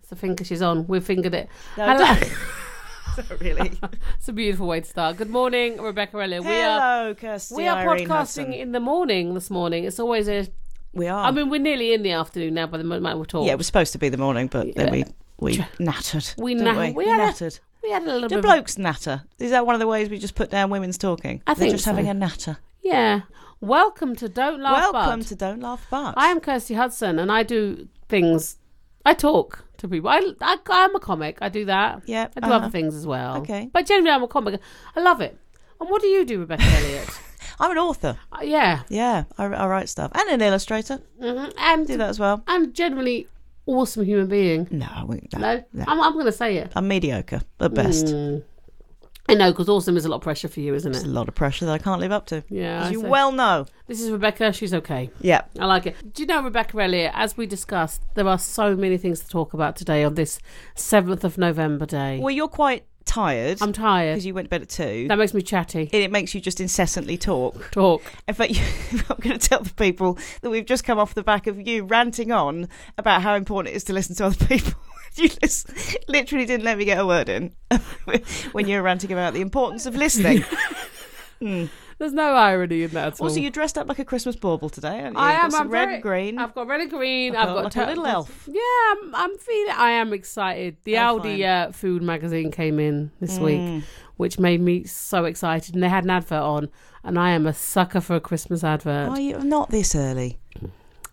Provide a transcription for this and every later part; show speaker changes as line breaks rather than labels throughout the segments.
It's the finger she's on. We've fingered it.
No,
Hello.
don't really.
it's a beautiful way to start. Good morning, Rebecca Elliott. We are
Hello, Kirsty.
we are
Irene
podcasting
Hudson.
in the morning this morning. It's always a.
We are.
I mean, we're nearly in the afternoon now by the moment we're talking.
yeah, it was supposed to be the morning, but then we
Yeah.
we nattered.
We
didn't
na-
we?
we had a-
nattered.
we had a little
Do
bit. Of,
blokes natter? Is that one of the ways we just put down women's talking?
I
They're
think
just
so.
having a natter.
yeah. Welcome to Don't Laugh.
Welcome
Bud.
to Don't Laugh But.
I am Kirsty Hudson, and I do things. I talk to people. I, I I'm a comic. I do that.
Yep,
I do
uh-huh.
other things as well.
Okay.
But generally, I'm a comic. I love it. And what do you do, Rebecca Elliott?
I'm an author.
Uh, yeah.
Yeah, I, I write stuff and an illustrator.
hmm And
Do that as well.
I'm generally awesome human being.
No, I wouldn't- no,
No, Mm,
no.
I'm, I'm going to say it.
I'm mediocre at best.
I know because awesome is a lot of pressure for you, isn't
It's a
it?
lot of pressure that I can't live up to.
Yeah,
as
I
you
see.
well know.
This is Rebecca. She's okay.
Yeah,
I like it. Do you know, Rebecca Elliott, as we discussed, there are so many things to talk about today on this 7th of November day.
Well, you're quite tired
I'm tired.
because you went to bed at two.
That makes me chatty.
and it makes you just incessantly talk.
Talk.
In fact, you, I'm going to tell the people that we've just come off the back of you ranting on about how important it is to listen to other people. You just literally didn't let me get a word in when you were ranting about the importance of listening. Hmm.
There's no irony in that at all.
also, you're dressed up like a Christmas bauble today, aren't you?
I
You've got
am.
some
I'm
red
very-
and green.
I've got red and green.
Like
I've
a-
got
like a little elf. Oh,
Yeah, I'm, I'm feeling. I am excited. The
Elfine.
Aldi uh, food magazine came in
Mm.
this
Hmm.
week, which made me so excited, and they had an advert on, and I am a sucker for a Christmas advert.
Are you I'm not this early?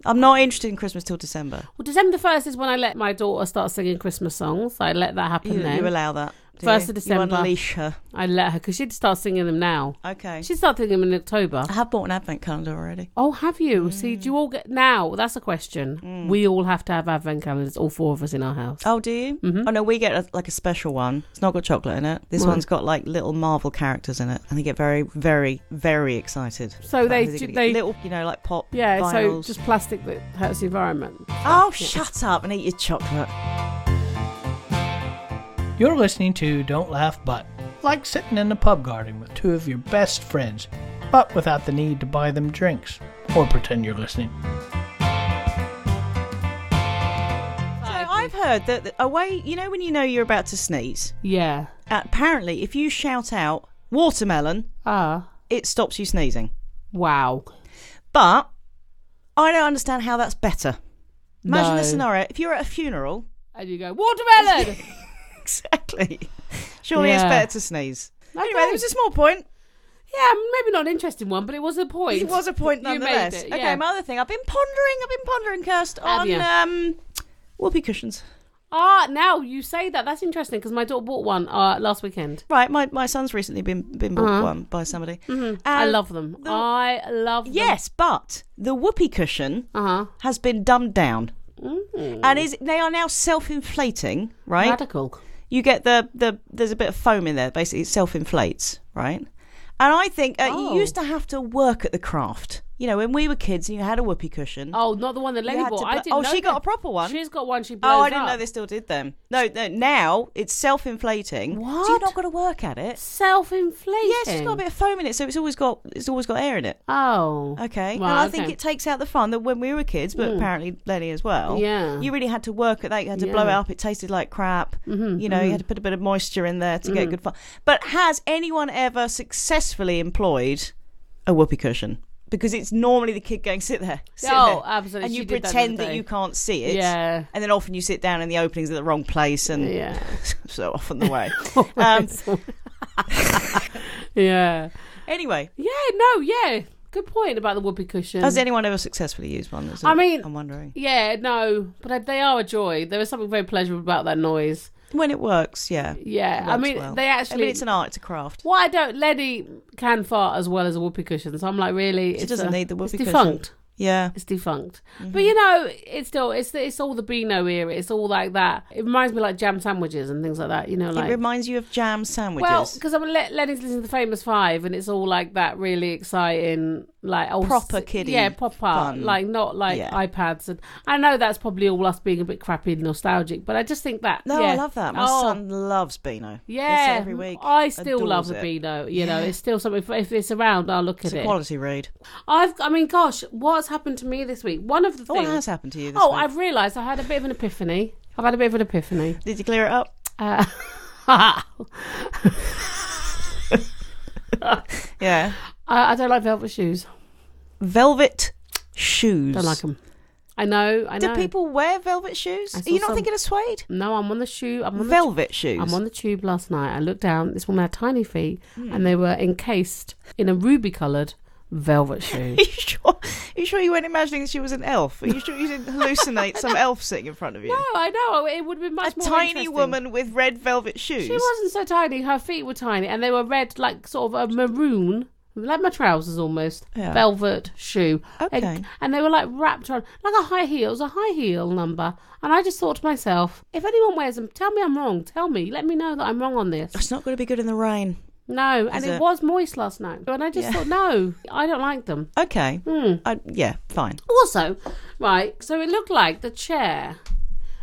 I'm not interested in Christmas till December.
Well, December first is when I let my daughter start singing Christmas songs. I let that happen
You,
then.
you allow that. do
First
you?
of
You
December.
unleash her.
I let her because she'd start singing them now.
Okay.
She'd start singing them in October.
I have bought an advent calendar already.
Oh, have you? See,
Mm.
do you all get now? That's a question. We all have to have advent calendars, all four of us in our house. Mm-hmm.
Oh, do you? Oh no, we get a, like a special one. It's not got chocolate in it. This
Right.
one's got like little Marvel characters in it, and they get very, very, very excited.
So
about
they
who they're
ju-
gonna
they-
get. little, you know, like pop.
Yeah, so
vinyls.
just plastic that hurts the environment.
oh, shut up and eat your chocolate.
You're listening to Don't Laugh But. Like sitting in a pub garden with two of your best friends, but without the need to buy them drinks or pretend you're listening.
So I've heard that that away, you know, when you know you're about to sneeze,
Yeah.
apparently if you shout out watermelon,
Ah.
it stops you sneezing.
Wow.
But I don't understand how that's better. Imagine
No.
the scenario if you're at a funeral.
And you go watermelon.
Exactly. Surely it's
Yeah.
better to sneeze.
Okay.
Anyway, it was a small point.
yeah, maybe not an interesting one, but it was a point.
It was a point
You made
nonetheless.
it,
Okay,
yeah.
my other thing. I've been pondering. I've been pondering, Kirst,
Have
on
you?
um, whoopee cushions.
ah, now you say that. That's interesting because my daughter bought one uh, last weekend.
Right, my, my son's recently been been bought
Uh-huh. Mm-hmm.
one by somebody. And-
I love them.
Uh, the-
I love them.
Yes, but the whoopee cushion
Uh huh.
has been dumbed down.
Mm.
And is they are now self-inflating, right?
Radical.
you get the the there's a bit of foam in there. Basically, it self inflates, right? And I think uh,
Oh.
you used to have to work at the craft. You know, when we were kids, and you had a whoopee cushion.
Oh, not the one that Lenny
had
bought.
to
I
bla-
didn't
Oh,
know
she got
that.
a proper one?
She's got one. She blows
Oh, I didn't
up.
know they still did them. No, no now it's self inflating. So
What?
you've not got to work at it.
Self-inflating.
Yes, it's got a bit of foam in it, so it's always got it's always got air in it.
Oh.
Okay, and
Right,
I think
okay. Hmm.
it takes out the fun that when we were kids, but apparently Lenny as well.
Yeah.
you really had to work at that. You had to
Yeah. Mm-hmm,
blow it up. It tasted like crap. you know, you had to put a bit of moisture in there to
Mm.
get good fun. But has anyone ever successfully employed a whoopee cushion? Because it's normally the kid going sit there, sit
Oh,
there,"
absolutely.
and
She
you
did that the other
pretend that,
day.
you can't see it.
Yeah.
and then often you sit down and the opening's at the wrong place, and
Yeah.
so off on the way. um,
Yeah.
anyway,
Yeah. No. Yeah. Good point about the whoopee cushion.
has anyone ever successfully used one? That's
I
all
mean-
I'm wondering
Yeah, no, but I- they are a joy. There is something very pleasurable about that noise.
when it works. Yeah,
Yeah, I
works
mean,
well.
they
I
actually.
mean, it's an art, it's a craft.
Well, I don't. Lenny can fart as well as a whoopee cushion, so I'm like, really,
She
it's
doesn't
a-
need the
it's
whoopee
defunct.
cushion. Mm-hmm. Yeah,
It's defunct. But you know, it's still it's it's all the Beano era. It's all like that. It reminds me like jam sandwiches and things like that. You know,
it
like
reminds you of jam sandwiches.
well, because I'm let, Lenny's listening to the Famous Five, and it's all like that really exciting, like old
Proper kiddie
yeah, proper,
fun.
like not like
Yeah.
iPads. And I know that's probably all us being a bit crappy and nostalgic, but I just think that
No,
yeah.
I love that. My
Oh,
son loves Beano. He says
Yeah,
every week.
I still
adores
love the
it.
Beano. You know,
Yeah.
it's still something. If, if it's around, I'll look
It's
at
a
it.
quality read.
I've, I mean, gosh, what's happened to me this week? One of the
Oh, What
things.
has happened to you this
oh,
week?
I've realised I had a bit of an epiphany. I've had a bit of an epiphany.
Did you clear it up?
Uh,
Yeah.
I, I don't like velvet shoes.
Velvet shoes.
Don't like them. I know. I
Do
know.
people wear velvet shoes?
I
Are
saw
you not
some-
thinking of suede?
No, I'm on the shoe. I'm on the
Velvet shoes. Hmm.
I'm on the tube last night. I looked down. This woman had tiny feet, and they were encased in a ruby-coloured velvet shoe.
Are you sure? Are you sure you weren't imagining she was an elf? Are you sure you didn't hallucinate some elf sitting in front of you?
no, I know. It would be
a
much more
tiny
interesting.
woman with red velvet shoes.
She wasn't so tiny. Her feet were tiny, and they were red, like sort of a maroon, like my trousers almost.
Yeah.
Velvet shoe.
Okay.
And, and they were like wrapped around, like a high heel. It was a high heel number. And I just thought to myself, if anyone wears them, tell me I'm wrong. Tell me. Let me know that I'm wrong on this.
It's not going to be good in the rain.
No, and
Is
it,
it?
was moist last night. And I just
Yeah.
thought, no, I don't like them.
Okay. I, yeah, fine.
Also, right, so it looked like the chair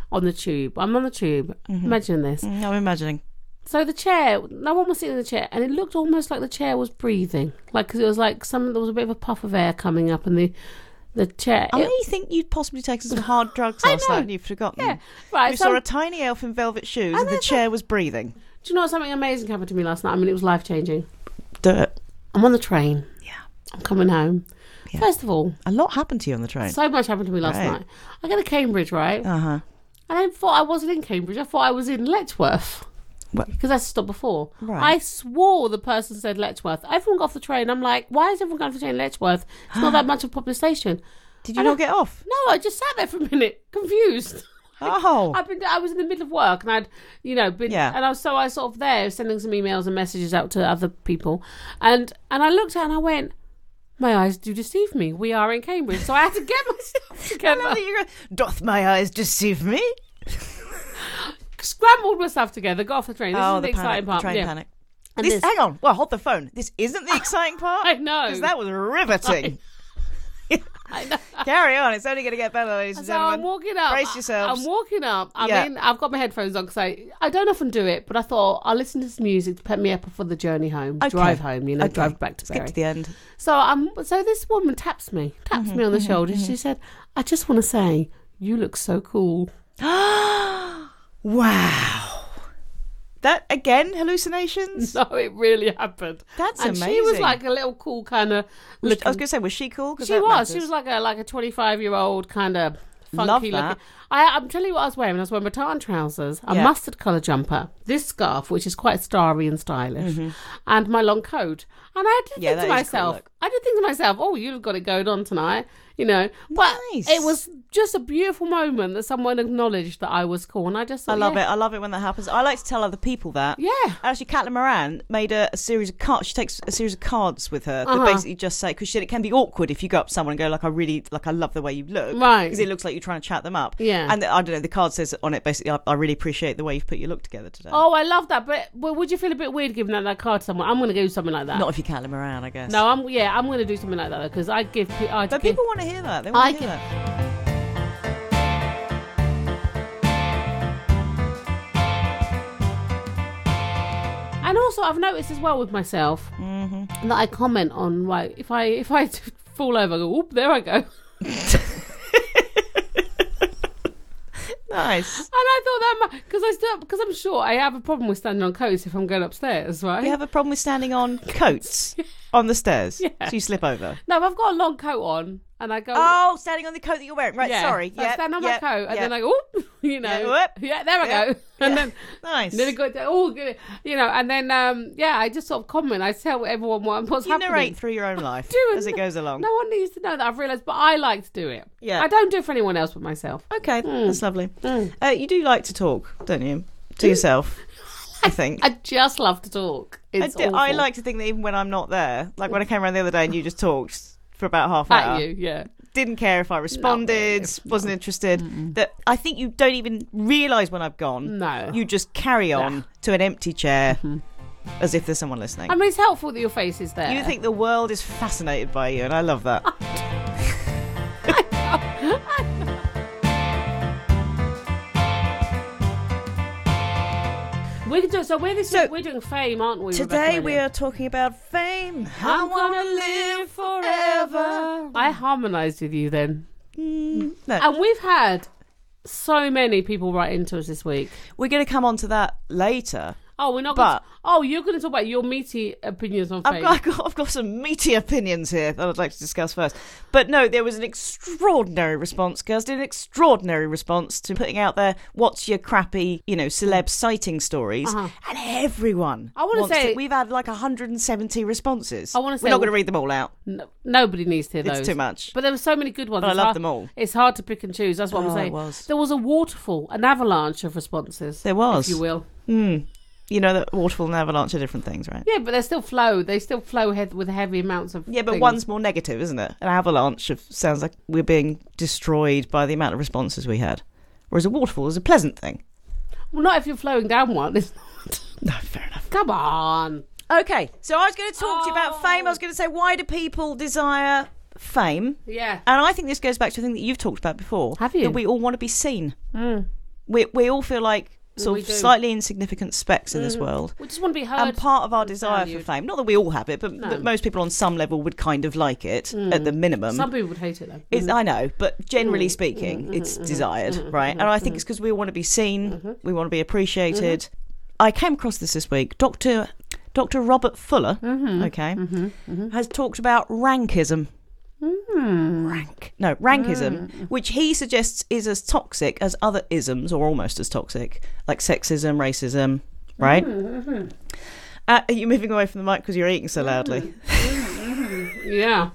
on the tube. I'm on the tube. Imagine this.
Mm, I'm imagining.
So the chair, no one was sitting in the chair, and it looked almost like the chair was breathing. Like, 'cause it was like some, there was a bit of a puff of air coming up, and the, the chair.
I
it-
think you'd possibly taken some hard drugs last
know.
night and you've forgotten.
yeah, right.
You
so,
saw a tiny elf in velvet shoes and the
that's
chair was breathing.
do you know what? Something amazing happened to me last night. I mean, it was life changing.
Dirt.
I'm on the train.
Yeah.
I'm coming home.
Yeah.
First of all,
A lot happened to you on the train.
so much happened to me last
Right.
night. I go to Cambridge, right?
Uh huh.
And I thought I wasn't in Cambridge. I thought I was in Letchworth.
What?
Because I stopped before.
Right.
I swore the person said Letchworth. Everyone got off the train. I'm like, why is everyone going off the train in Letchworth? It's not that much of a popular station.
Did you
I
not
don't-
get off?
No, I just sat there for a minute, confused.
Oh.
I've been. I was in the middle of work, and I'd, you know, been.
Yeah.
And I was so I was sort of there, sending some emails and messages out to other people, and and I looked out and I went, my eyes do deceive me. We are in Cambridge, so I had to get my stuff together.
I love that you go, Doth my eyes deceive me?
Scrambled my stuff together, got off the train. This
oh,
is the,
the,
exciting
panic,
part.
The train
yeah.
panic.
And
This,
this-
hang on. Well, hold the phone. This isn't the exciting part.
I know.
Because that was riveting.
I know.
Carry on. It's only going to get better, ladies and
So I'm
gentlemen.
walking up.
brace yourselves.
I'm walking up. I
Yeah.
mean, I've got my headphones on because I, I don't often do it, but I thought I'll listen to some music to pep me up for the journey home,
Okay.
drive home, you know,
Okay.
drive back to
Skip
Bury.
to the end.
so I'm. So this woman taps me, taps
Mm-hmm,
me on the shoulder. She said, "I just want to say, you look so cool."
Wow. That again, hallucinations.
So it really happened.
That's
and she was
amazing.
like a little cool kind of
Was- I
looking
was going to say, was she cool? 'Cause
She
that
was.
matters.
She was like a like a twenty five year old kind of funky
Love that.
looking. I, I'm telling you what I was wearing. I was wearing tartan trousers, a
Yeah.
mustard colour jumper, this scarf which is quite starry and stylish, and my long coat. And I did
Mm-hmm. Yeah,
think to
that is a cool
myself,
look.
I did think to myself, oh, you've got it going on tonight, you know. But
Nice.
it was just a beautiful moment that someone acknowledged that I was cool, and I just
I love it. I love it when that happens. I like to tell other people that.
Yeah.
Actually, Catelyn Moran made a, a series of cards. She takes a series of cards with her that
Uh-huh.
basically just say because shit, it can be awkward if you go up to someone and go like, "I really like, I love the way you look,"
Right.
Because it looks like you're trying to chat them up.
Yeah.
And I don't know. The card says on it basically, "I, I really appreciate the way you've put your look together today."
Oh, I love that. But, but would you feel a bit weird giving that, that card to someone? I'm going to do something like that.
Not if you're Catelyn Moran, I guess.
no, I'm yeah, I'm going to do something like that because I give. pe- I
But
give,
people want to hear that. They
I
want to
can-
hear that.
And also, I've noticed as well with myself
Mm-hmm.
that I comment on like if I if I fall over, I go, oop, there I go. And
Nice.
I thought that because I still because I'm sure I have a problem with standing on coats if I'm going upstairs, right?
You have a problem with standing on coats on the stairs,
Yeah.
so you slip over.
No, if I've got a long coat on and I go.
Oh, standing on the coat that you're wearing. Right,
yeah.
sorry.
So I stand on my coat and then I go, oop, you know,
Yeah,
yeah,
whoop.
there I
Yeah,
go, and then
nice.
then it got oh, good, you know, and then um, yeah, I just sort of comment. I tell everyone what what's
you
happening.
narrate through your own life
do,
as it
and-
goes along.
No one needs to know that I've realised, but I like to do it.
Yeah. Hmm.
I don't do it for anyone else but myself.
Okay, that's lovely. Uh, you do like to talk, don't you, to yourself? I think.
I just love to talk.
I,
It's
do- I
awful.
like to think that even when I'm not there, like when I came around the other day and you just talked for about half an hour,
at you, yeah.
didn't care if I responded, wasn't interested. That I think you don't even realise when I've gone.
No.
you just carry on to an empty chair as if there's someone listening.
I mean, it's helpful that your face is Mm-hmm. there.
you think the world is fascinated by you, and I love that.
we're doing, so? We're this
So-
week, we're doing fame, aren't we? Rebecca
Today we
Williams?
are talking about fame.
I'm gonna live forever. I harmonised with you then, Oh.
Mm, no.
and we've had so many people writing to us this week.
We're going to come on to that later.
Oh, we're not. gonna,
But-
oh, you're going to talk about your meaty opinions on
I've
faith.
got, I've, got, I've got some meaty opinions here that I'd like to discuss first. But no, there was an extraordinary response, girls did an extraordinary response to putting out there what's your crappy, you know, celeb sighting stories. And everyone.
Uh-huh. I wanna
wants
say-
We've had like 170 responses.
I wanna say-
We're not going to read them all out.
No- nobody needs to hear
It's
those.
too much.
But there were so many good ones.
But I
It's
love
hard-
them all.
It's hard to pick and choose. That's what I'm
Oh, it
saying.
was.
There was a waterfall, an avalanche of responses.
There was.
if you will.
Hmm. You know that waterfall and avalanche are different things, right?
Yeah, but they still flow. They still flow he- with heavy amounts of.
Yeah, but
things.
one's more negative, isn't it? An avalanche of sounds like we're being destroyed by the amount of responses we had. Whereas a waterfall is a pleasant thing.
Well, not if you're flowing down one. It's not.
No, fair enough.
Come on.
Okay, so I was going to talk to you about fame. I was going to say, why do people desire fame?
Yeah.
And I think this goes back to a thing that you've talked about before.
Have you?
That we all want to be seen. We, we all feel like sort
we
of
do.
slightly insignificant specks in this world.
We just want to be heard.
and part of our desire for
valued.
fame, not that we all have it, but, but most people on some level would kind of like it at the minimum.
Some people would hate it though.
It's, I know, but generally speaking, it's desired, right? And I think it's because we want to be seen, we want to be appreciated. I came across this this week. Doctor Doctor Robert Fuller, okay, has talked about rankism. Rank, no rankism, which he suggests is as toxic as other isms, or almost as toxic, like sexism, racism, right? Uh, are you moving away from the mic because you're eating so loudly?
Yeah.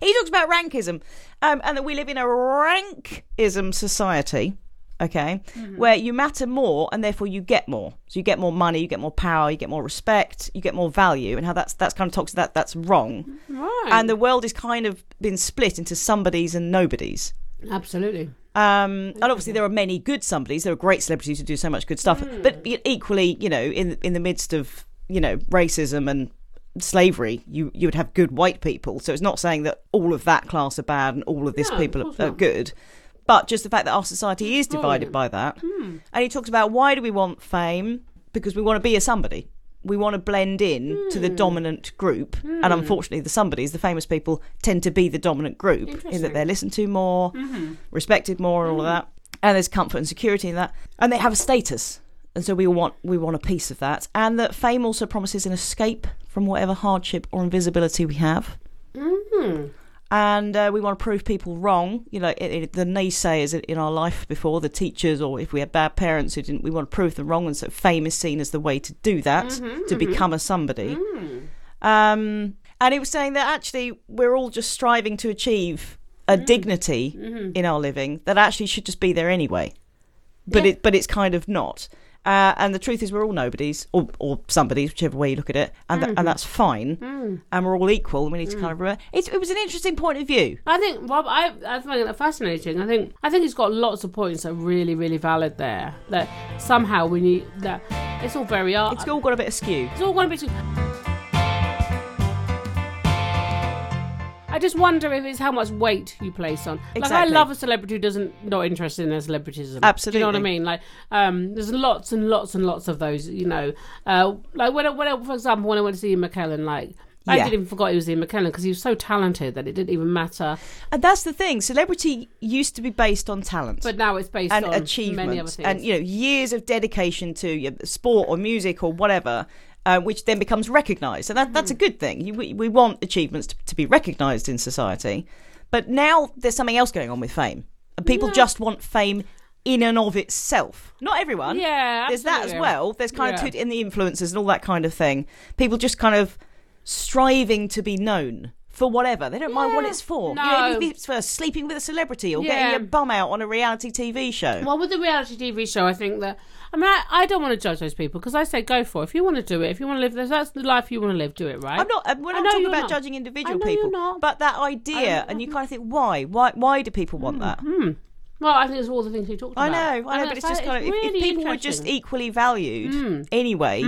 He talks about rankism um, and that we live in a rankism society, okay, where you matter more and therefore you get more. So you get more money, you get more power, you get more respect, you get more value, and how that's that's kind of toxic. That that's wrong.
Right.
And the world is kind of been split into somebodies and nobodies.
Absolutely.
Um, and obviously, there are many good somebodies. There are great celebrities who do so much good stuff.
Hmm.
But e- equally, you know, in in the midst of you know racism and slavery, you you would have good white people. So it's not saying that all of that class are bad and all of this
No, of
people
course
are, are
not.
good. But just the fact that our society is divided by that.
Hmm.
And he talks about why do we want fame? Because we want to be a somebody. We want to blend in to the dominant group. And unfortunately, the somebodies, the famous people, tend to be the dominant group in that they're listened to more, respected more, and all of that. And there's comfort and security in that. And they have a status. And so we want we want a piece of that. And that fame also promises an escape from whatever hardship or invisibility we have
Mm-hmm.
and uh, we want to prove people wrong. You know, it, it, the naysayers in our life before, the teachers, or if we had bad parents who didn't, we want to prove them wrong, and so fame is seen as the way to do that, to become a somebody. Um, and it was saying that actually we're all just striving to achieve a dignity in our living that actually should just be there anyway, but it but it's kind of not. Uh, and the truth is, we're all nobodies or, or somebodies, whichever way you look at it, and tha- and that's fine. And we're all equal. And we need to kind of remember. It's, it was an interesting point of view.
I think Rob, I I find that fascinating. I think I think he's got lots of points that are really really valid there. That somehow we need that it's all very art.
It's all got a bit askew.
It's all going to be. Too- I just wonder if it's how much weight you place on. Like I
Exactly.
love a celebrity who doesn't not interested in their celebritism. Do you know what I
Absolutely.
mean? Like um, there's lots and lots and lots of those. You know, uh, like when I, when I, for example when I went to see Ian McKellen, like. I
Yeah.
didn't even forgot he was Ian McKellen because he was so talented that it didn't even matter.
And that's the thing. Celebrity used to be based on talent.
But now it's based
and
on
achievement
many other things.
and you know years of dedication to your sport or music or whatever uh, which then becomes recognized and that, that's a
Hmm.
good thing you, we, we want achievements to, to be recognized in society but now there's something else going on with fame and people just want fame in and of itself not everyone
Yeah,
there's that as
absolutely.
well there's kind
Yeah.
of two in the influencers and all that kind of thing people just kind of striving to be known for whatever they don't mind what
Yeah.
it's for you know, even
No.
if it's for sleeping with a celebrity or
Yeah.
getting your bum out on a reality tv show
Well, with the reality TV show, I think that I mean I, I don't want to judge those people because I say go for it. If you want to do it, if you want to live this, that's the life you want to live. Do it right.
I'm not. uh, We're
I
not
know
talking
you're
about
not.
judging
I
individual
know you're
people,
not.
but that idea, and you kind of think, why, why, why do people
Hmm,
want that?
Well, I think it's all the things we talked
I
about.
know, I know, but it's just kind of if- if, people were just e-, equally valued
Hmm.
anyway.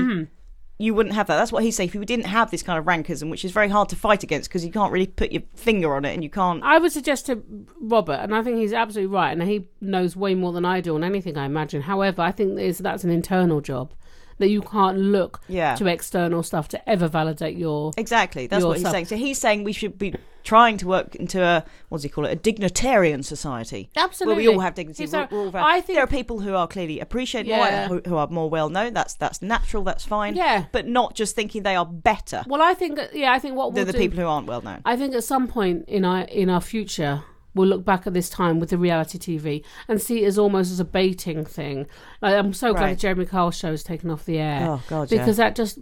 You wouldn't have that. That's what he's saying. If you didn't have this kind of rankism, which is very hard to fight against because you can't really put your finger on it and you can't.
I would suggest to Robert, and I think he's absolutely right, and he knows way more than I do on anything I imagine. However, I think is that's an internal job that you can't look
Yeah.
to external stuff to ever validate your.
Exactly. That's what he's
Yourself.
saying. So he's saying we should be trying to work into a what does he call it a dignitarian society
Absolutely.
where we all have dignity
He's
we're,
right.
we're all very-
I think-
there are people who are clearly appreciated more
Yeah.
who, who are more well known that's that's natural that's fine
Yeah.
but not just thinking they are better
Well, I think yeah, I think what we'll
than the
do,
people who aren't well known
I think at some point in our in our future, we'll look back at this time with the reality TV and see it as almost as a baiting thing. Like, I'm so glad
Right.
the Jeremy Kyle show is taken off the air.
Oh, God, yeah.
because that just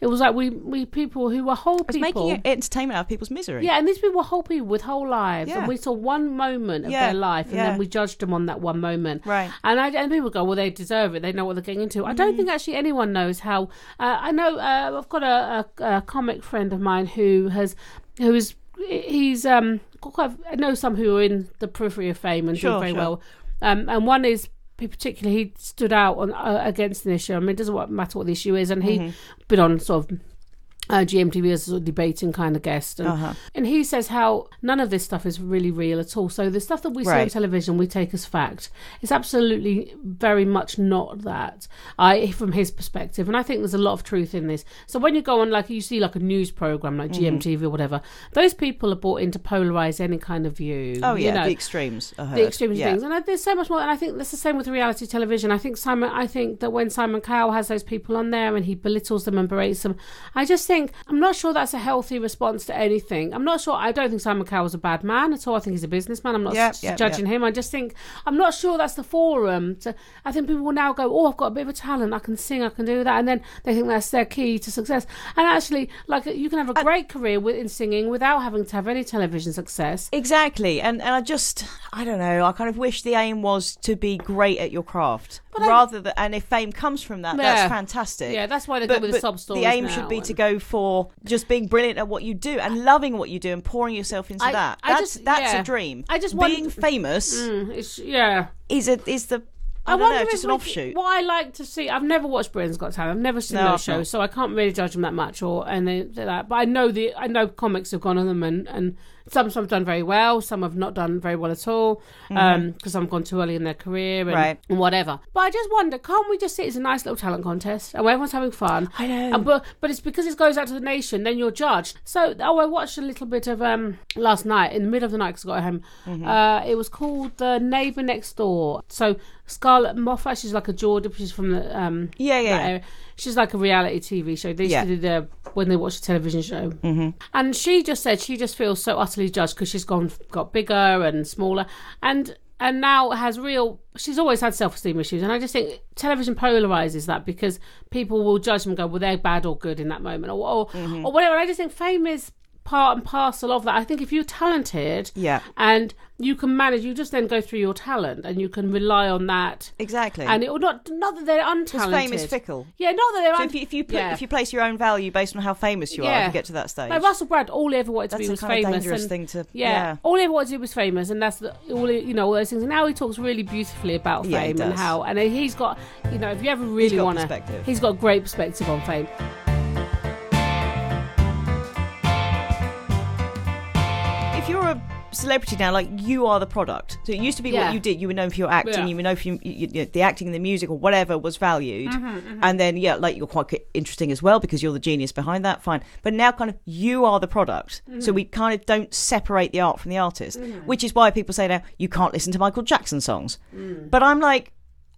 it was like we we people who were whole
it's
people.
making it entertainment out of people's misery
yeah, and these people were whole people with whole lives,
Yeah.
and we saw one moment of
Yeah,
their life, and
yeah.
then we judged them on that one moment.
Right. Mm-hmm.
And I and people go, well, they deserve it. They know what they're getting into. I don't think actually anyone knows how. Uh, I know uh, I've got a, a, a comic friend of mine who has, who is he's um got quite. I know some who are in the periphery of fame and
Sure,
do very
sure.
well. Um, and one is particularly he stood out on uh, against an issue. I mean, it doesn't wa- matter what the issue is, and he
Mm-hmm.
been on sort of uh, GMTV as a sort of debating kind of guest, and,
Uh-huh.
and he says how none of this stuff is really real at all. So the stuff that we see on
Right.
television, we take as fact. It's absolutely very much not that. I, from his perspective, and I think there's a lot of truth in this. So when you go on, like you see, like a news program
Mm-hmm.
like GMTV or whatever, those people are brought in to polarize any kind of view.
oh yeah
you know,
the extremes are
the
heard.
extreme
Yeah.
things. And I, there's so much more. And I think that's the same with reality television. I think Simon. I think that when Simon Cowell has those people on there and he belittles them and berates them, I just think I'm not sure that's a healthy response to anything. I'm not sure. I don't think Simon Cowell's a bad man at all. I think he's a businessman. I'm not
Yeah,
s-
yeah,
judging him. I just think I'm not sure that's the forum. To, I think people will now go, oh, I've got a bit of a talent. I can sing. I can do that. And then they think that's their key to success. And actually, like you can have a great career with, in singing without having to have any television success.
Exactly, and and I just I don't know. I kind of wish the aim was to be great at your craft,
I-
rather than and if fame comes from that,
Yeah.
that's fantastic.
Yeah, that's why they
but,
come with
but
the sub stories.
the aim
now
should be to
and-
go for just being brilliant at what you do and loving what you do and pouring yourself into
I-
that.
I
That's
just-
that's
yeah.
a dream.
I just
being
want-
famous
Mm, it's yeah.
is a is the I, don't
wonder
know
if
just an
we-
offshoot.
What I like to see, I've never watched Britain's Got Talent. I've never seen
No,
those
I've not.
shows, so I can't really judge them that much. Or and they, they're that, but I know the I know comics have gone on them, and and some some have done very well, some have not done very well at all, because some have gone too early in their career and,
Mm-hmm. Right.
and whatever. But I just wonder, can't we just see it's a nice little talent contest and everyone's having fun?
I know.
And, but but it's because it goes out to the nation, then you're judged. So oh, I watched a little bit of um last night in the middle of the night because I got home.
Mm-hmm.
Uh, it was called The Neighbor Next Door. So Scarlett Moffat, she's like a Jordan, she's from the um
Yeah, yeah,
that
yeah.
area. She's like a reality TV show. They used
Yeah.
to do the when they watch a television show. Mm-hmm. And she just said she just feels so utterly judged because she's gone got bigger and smaller and and now has real she's always had self-esteem issues and i just think television polarizes that because people will judge them and go well they're bad or good in that moment or or,
Mm-hmm.
or whatever and i just think fame is part and parcel of that i think if you're talented
Yeah.
and you can manage you just then go through your talent and you can rely on that
Exactly.
and it will not not that they're untalented
fame is fickle.
yeah not that they're
So
untalented.
if you, if you put,
yeah.
if you place your own value based on how famous you are,
Yeah.
you get to that stage.
Like Russell Brand, all he ever wanted to
That's
be
a
was
kind of
famous.
dangerous
and-
thing to-
yeah,
yeah.
all he ever wanted to do was famous, and that's the, all he- you know all those things. And now he talks really beautifully about
Yeah, he
fame and
does.
how, and he's got you know if you ever really
got
want to,
perspective.
he's got great perspective on fame.
if you're a celebrity now like you are the product so it used to be
Yeah.
what you did you were known for your acting
Yeah.
you were known for your, you, you, the acting and the music or whatever was valued
Mm-hmm,
and then yeah like you're quite interesting as well because you're the genius behind that fine but now kind of you are the product so
Mm-hmm.
we kind of don't separate the art from the artist which is why people say now you can't listen to michael jackson songs
Mm.
but i'm like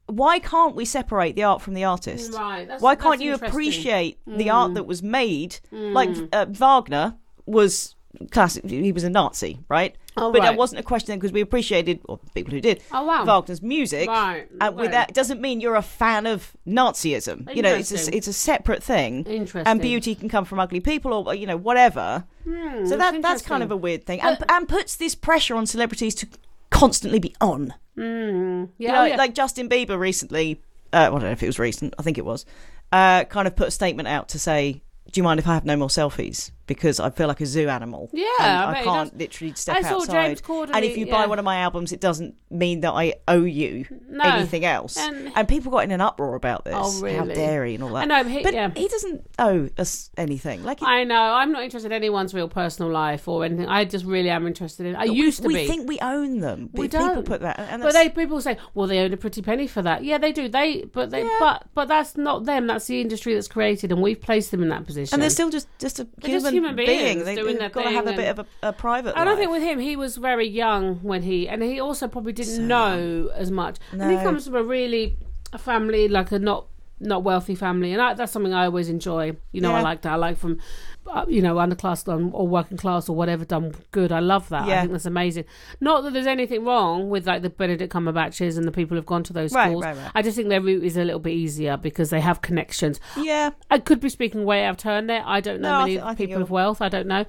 why can't we separate the art from the artist
Right, that's-
why can't
that's
you
interesting. Mm.
appreciate the art that was made like uh, wagner was classic he was a nazi right
Oh,
but
right.
that wasn't a question because we appreciated or people who did
Oh, wow.
wagner's music
Right,
and uh, with
right.
that it doesn't mean you're a fan of nazism you know it's
Interesting.
a, it's a separate thing
Interesting.
and beauty can come from ugly people or you know whatever
Hmm,
so that that's kind of a weird thing and, and puts this pressure on celebrities to constantly be on
yeah,
you know,
oh, yeah.
like Justin Bieber recently. Uh, I don't know if it was recent. I think it was. Uh, kind of put a statement out to say, "Do you mind if I have no more selfies? Because I feel like a zoo animal.
Yeah,
and
I
I,
bet he
can't
does.
literally step
I saw
outside.
James Corden,
and if you
yeah.
buy one of my albums, it doesn't mean that I owe you
No.
anything else.
And-
And, people got in an uproar about this.
Oh,
How
really?
dare he and all that?
I know, but he- yeah.
doesn't owe us anything. Like it,
I know. I'm not interested in anyone's real personal life or anything. I just really am interested in. I used to
we
be.
think we own them.
We
people
don't.
put that, and
but
that's,
they people say, well, they own a pretty penny for that. Yeah, they do. They, but they, but but that's not them. That's the industry that's created, and we've placed them in that position.
and they're still just just a
They're just
human
human beings
They,
doing
have
their
got
thing
to have a bit
and-
of a, a private.
I don't think
life.
with him, he was very young when he, and he also probably didn't know as much. And he
No.
comes from a really a family like a not not wealthy family, and I, that's something I always enjoy. You know, I
Yeah.
like that. I like from uh, you know underclass done or working class or whatever done good. I love that. I
Yeah.
think that's amazing. Not that there's anything wrong with like the Benedict Cumberbatches and the people who've gone to those
Right,
schools.
right, right.
I just think their route is a little bit easier because they have connections.
Yeah,
I could be speaking way out of turn there. I don't know
No, I
many
thi- I think
people
you're-
of wealth. I don't know.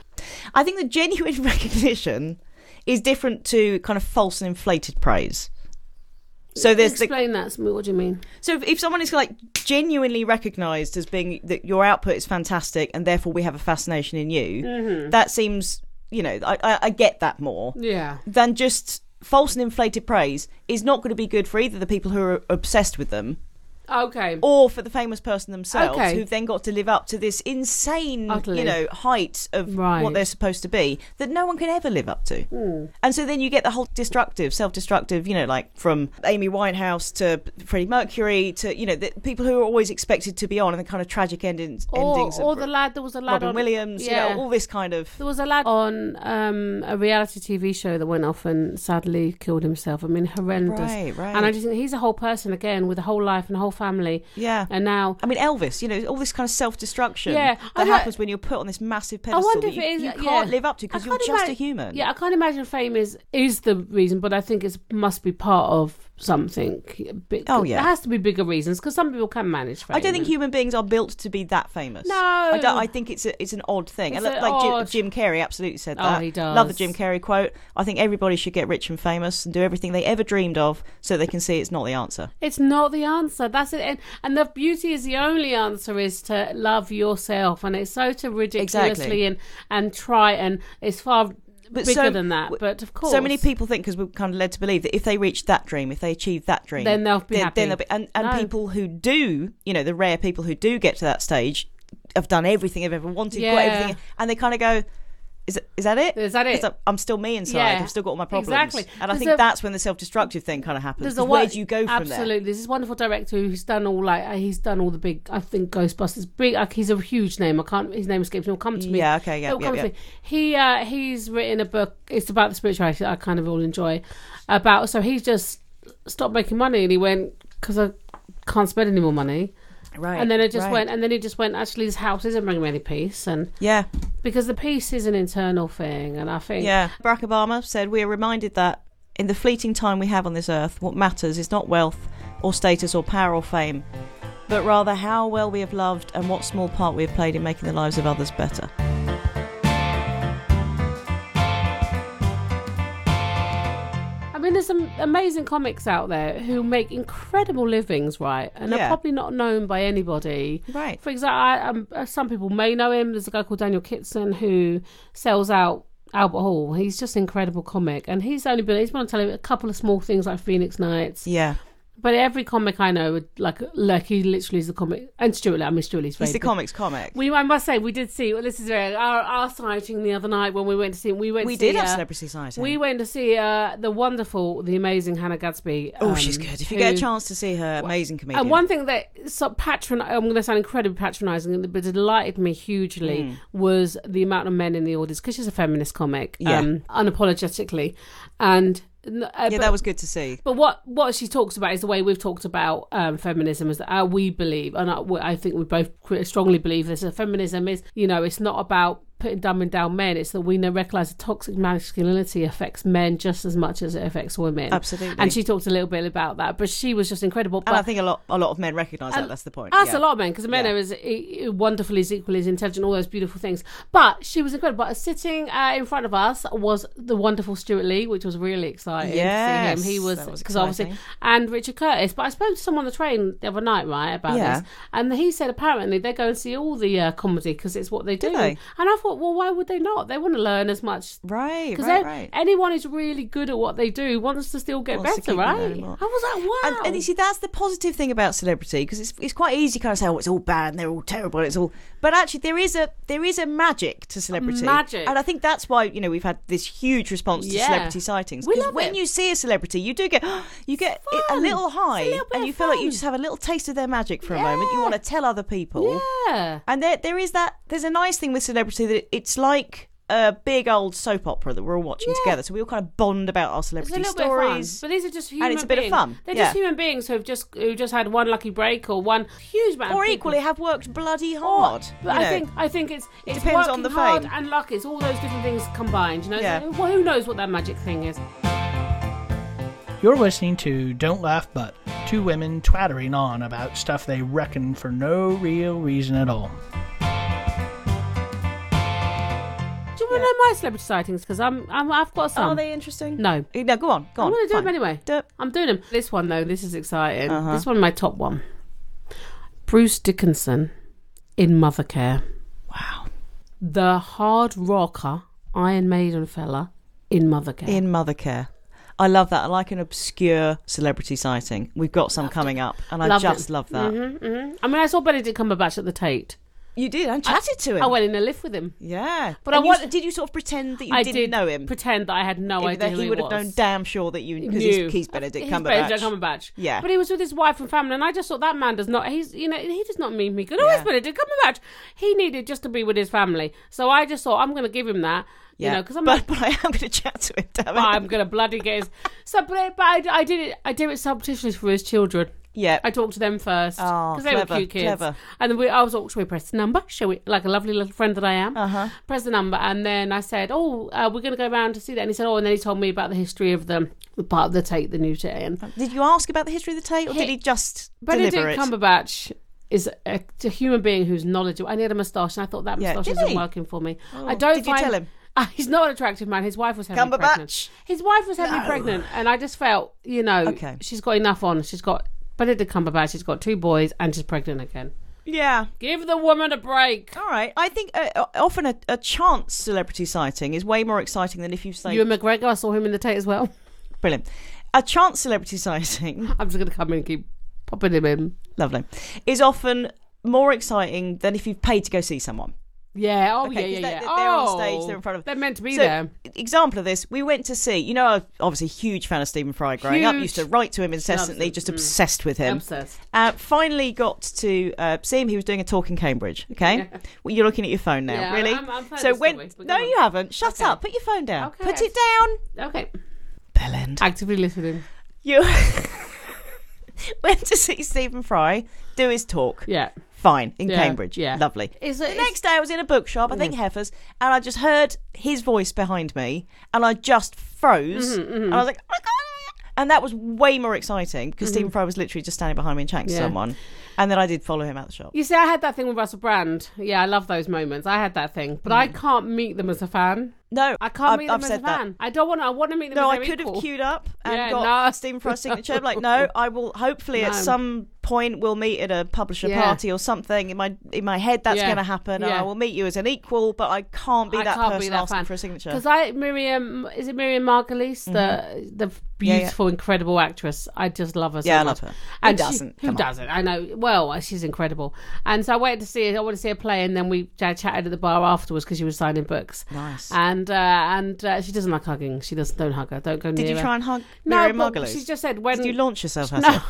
I think the genuine recognition is different to kind of false and inflated praise. So there's the
Explain that to me. What do you mean?
So if, if someone is like genuinely recognised as being that your output is fantastic and therefore we have a fascination in you, that seems you know I, I, I get that more
Yeah.
than just false and inflated praise is not going to be good for either the people who are obsessed with them
Okay.
or for the famous person themselves
Okay.
who've then got to live up to this insane
Utterly.
you know height of
Right. Hmm.
what they're supposed to be that no one can ever live up to and so then you get the whole destructive self-destructive you know like from amy winehouse to freddie mercury to you know the people who are always expected to be on and the kind of tragic endings
Or,
endings
or
of
the lad, there was a lad
robin
on
williams
Yeah.
you know all this kind of
there was a lad on um, a reality TV show that went off and sadly killed himself. I mean, horrendous.
right right
And I just think he's a whole person again with a whole life and a whole family.
yeah
And now,
I mean, Elvis, you know, all this kind of self-destruction
Yeah,
that
I don't-
happens when you're put on this massive pedestal
wonder
that
if
you,
it is-
you
yeah.
can't live up to
I
because you're
can't
just a
imagine-
human.
yeah, I can't imagine fame is is the reason, but I think it must be part of something. Big,
Oh, yeah.
there has to be bigger reasons because some people can manage fame.
I don't think
and-
human beings are built to be that famous.
No.
I, don't, I think it's a, it's an odd thing.
It's
and look,
an
like
odd-
Jim, Jim Carrey absolutely said
Oh,
that.
he does.
Love the Jim Carrey quote. I think everybody should get rich and famous and do everything they ever dreamed of, so they can see it's not the answer.
It's not the answer. That's it. And, and the beauty is the only answer is to love yourself. And it's so to ridiculously
Exactly.
and and try and it's far bigger
so-
than that.
w-
But of course,
So many people think because we're kind of led to believe that if they reach that dream, if they achieve that dream,
Then they'll be happy.
Then they'll be, and and
No.
people who do, you know, the rare people who do get to that stage, have done everything they've ever wanted, got
Yeah.
everything, and they kind of go. Is, it, is that it?
Is that it?
that- I'm still me inside.
Yeah.
I've still got all my problems.
Exactly.
And I
There's
think
a-
that's when the self-destructive thing kind of happens.
a
'cause where
one-
do you go from
absolutely. This is wonderful director who's done all like uh, he's done all the big. I think Ghostbusters. Big. Like, he's a huge name. I can't. His name escapes me. It'll come to me.
Yeah, okay, yeah,
It'll
yeah,
come to
yeah.
me. He uh, he's written a book. It's about the spirituality that I kind of all enjoy. About so he just stopped making money and he went because I can't spend any more money.
there? Right.
and then it just
right.
went and then it just went actually this house isn't bringing me any peace and
Yeah,
because the peace is an internal thing and i think
yeah. Barack Obama said we are reminded that in the fleeting time we have on this earth, what matters is not wealth or status or power or fame, but rather how well we have loved and what small part we have played in making the lives of others better.
i mean there's some amazing comics out there who make incredible livings right and are
Yeah.
probably not known by anybody
Right.
for example I, um, uh, some people may know him there's a guy called daniel kitson who sells out albert hall he's just an incredible comic and he's only been he's been on television a couple of small things like phoenix nights
Yeah.
but every comic i know like like he literally is the comic and stuart lee i mean stuart lee's
He's
very
the
big.
comics comic.
We I must say we did see. Well, this is very, our our sighting the other night when we went to see. We went.
We
to see,
did have
uh,
Celebrity Sighting.
We went to see uh, the wonderful, the amazing Hannah Gadsby.
oh,
um,
she's good. If you
who-
get a chance to see her, amazing comedian.
and one thing that so patron, I'm going to sound incredibly patronising, but it delighted me hugely was the amount of men in the audience because she's a feminist comic,
Hmm. Yeah.
um, unapologetically, and n- uh,
yeah,
but-
that was good to see.
but what what she talks about is the way we've talked about um, feminism is that how we believe, and I, we- I think we both cr- strongly believe this. That feminism is, you know, it's not about putting dumbing down men. It's that we now recognise that toxic masculinity affects men just as much as it affects women.
Absolutely.
And she talked a little bit about that, but she was just incredible.
And I
But
think a lot, a lot of men recognise that. That's the point.
that's
yeah.
a lot of men because men
Yeah.
are as e- e- wonderful as equal as intelligent, all those beautiful things. But she was incredible. But sitting uh, in front of us was the wonderful Stuart Lee, which was really exciting to see
Yes,
him. He was
that was
because obviously,
exciting.
and Richard Curtis. But I spoke to someone on the train the other night, right, about
Yeah.
this, and he said apparently they go and see all the uh, comedy because it's what they do.
they?
And I thought, well, why would they not? They want to learn as much.
Right,
Because
right, right.
anyone who's really good at what they do wants to still get
Wants to
better,
keep
right?
learning
I
more.
was like, wow.
And, and you see, that's the positive thing about celebrity because it's, it's quite easy, to kind of say, oh, it's all bad and they're all terrible. And it's all, but actually, there is a there is a magic to celebrity.
magic.
and I think that's why you know we've had this huge response to
Yeah.
celebrity sightings.
We
'Cause
love
when
it.
you see a celebrity, you do get you get it- a
fun.
little high,
little bit
and
of
you feel like you
fun.
just have a little taste of their magic for a moment. You
Yeah.
want to tell other people.
yeah.
And there, there is that. There's a nice thing with celebrity that the it's like a big old soap opera that we're all watching
Yeah.
together. So we all kind of bond about our
It's a
celebrity
little
stories.
bit of fun, but these are just human
it's a bit of
beings.
fun,
They're
yeah.
just human beings who have just who just had one lucky break or one huge amount.
or
of people.
equally have worked bloody hard.
But
you
I
know.
think I think it's it's
depends
working
on the
hard
fame.
and luck. It's all those different things combined. You know,
Yeah.
So, well, who knows what that magic thing is?
You're listening to Don't Laugh But, two women twattering on about stuff they reckon for no real reason at all.
Do you want to know my celebrity sightings? Because I'm, I'm I've got some.
are they interesting?
No.
Eh, No, go on, go on.
I'm going to do
fine.
them anyway.
Do it.
I'm doing them. This one though, this is exciting.
Uh-huh.
This one, my top one. Bruce Dickinson in Mothercare.
Wow.
The hard rocker Iron Maiden fella in Mothercare.
In Mothercare. I love that. I like an obscure celebrity sighting. We've got some coming up, and I
Loved it.
just love that.
Mhm, mhm. I mean, I saw Benedict Cumberbatch at the Tate.
You did, and chatted to him.
I went in a lift with him.
Yeah,
But
And
I
you-
want-
did you sort of pretend that you
I
didn't
did
know him?
Pretend that I had no
Even though
idea who
he
he
would
was.
have known damn sure that you because
Knew.
he's, he's Benedict
He's
Cumberbatch.
Benedict Cumberbatch.
Yeah.
But he was with his wife and family, and I just thought that man does not. He's you know he does not mean me good. Oh,
Yeah.
it's Benedict Cumberbatch. He needed just to be with his family, so I just thought I'm going to give him that.
yeah,
You know, because I'm
but,
like.
but I am going to chat to him. Damn it.
I'm gonna bloody get his. So, but, but I, I did it. I did it surreptitiously for his children.
yeah,
I talked to them first
Oh,
because they were
clever,
cute kids.
clever.
And then we, I was like, "Shall we press the number? Shall we?" Like a lovely little friend that I am,
Uh-huh.
press the number, and then I said, "Oh, uh, we're going to go round to see that." And he said, "Oh," and then he told me about the history of the, the part of the Tate, the new Tate. And
did you ask about the history of the Tate, or did
He-
he just
Benedict
deliver it?
Cumberbatch is a, a human being who's knowledgeable. And he had a moustache, and I thought that
Yeah,
moustache
did
isn't
he?
working for me.
Oh,
I don't.
did you
find-
tell him?
Ah, he's not an attractive man. His wife was heavily
Cumberbatch.
pregnant. His wife was heavily pregnant, and I just felt, you know,
Okay.
she's got enough on. She's got Benedict Cumberbatch. She's got two boys, and she's pregnant again.
yeah,
Give the woman a break.
all right. I think uh, uh, often a, a chance celebrity sighting is way more exciting than if you say
Ewan McGregor, I saw him in the Tate as well.
brilliant. A chance celebrity sighting,
I'm just going to come in and keep popping him in.
lovely, is often more exciting than if you've paid to go see someone.
Yeah, oh,
Okay,
yeah,
'cause
yeah,
they're-
yeah.
they're on
Oh,
stage, they're in front of-
They're meant to be
So, um,
there.
Example of this, we went to see, you know, I was obviously a huge fan of Stephen Fry growing up,
Huge.
used to write to him incessantly,
Loves him. Mm.
just obsessed with him.
Obsessed.
Uh, finally got to uh, see him. He was doing a talk in Cambridge. Okay, well, you're looking at your phone now,
Yeah,
um, really.
I'm- I'm fine
so
with
when
stories, but
no,
go on.
you haven't. Shut
Okay.
up. Put your phone down.
Okay.
Put it down,
Okay.
Belland.
Actively listening.
You went to see Stephen Fry do his talk.
Yeah.
Fine in
Yeah,
Cambridge.
yeah.
lovely.
Is it,
The next day, I was in a bookshop, I think Heifers, and I just heard his voice behind me, and I just froze,
Mm-hmm,
and I was like, oh my god! And that was way more exciting because Stephen Fry was literally just standing behind me and chatting to
Mm-hmm. Yeah.
someone, and then I did follow him out the shop.
You see, I had that thing with Russell Brand. Yeah, I love those moments. I had that thing, but I can't meet them as a fan.
No,
I can't
Mm. I've-
meet
I've
them as a
said that.
fan. I don't want. to I want to meet them.
No,
as
I
their
could have
equal.
queued up and
Yeah,
got
no.
Stephen Fry's signature. like, no, I will. Hopefully, at
No.
some point, we'll meet at a publisher
Yeah.
party or something. In my in my head, that's
Yeah.
going to happen. and I
Yeah.
will meet you as an equal, but I can't be
I
that
can't be
person
that
asking
fan.
for a signature.
Because I Miriam is it Miriam Margulies, the the
Mm-hmm. yeah.
beautiful, incredible actress. I just love her. So
Yeah, I
much.
love her.
And
Who
she-
doesn't?
who
Come on.
doesn't? I know. Well, she's incredible. And so I went to see. her- I wanted to see her play, and then we ch- chatted at the bar afterwards because she was signing books.
Nice.
And uh, and uh, she doesn't like hugging. She does. Don't hug her. Don't go near
Did you
her.
try and hug
no,
Miriam
but
Margolyes?
she just said when
Did you launch yourself?
No,
Hassel?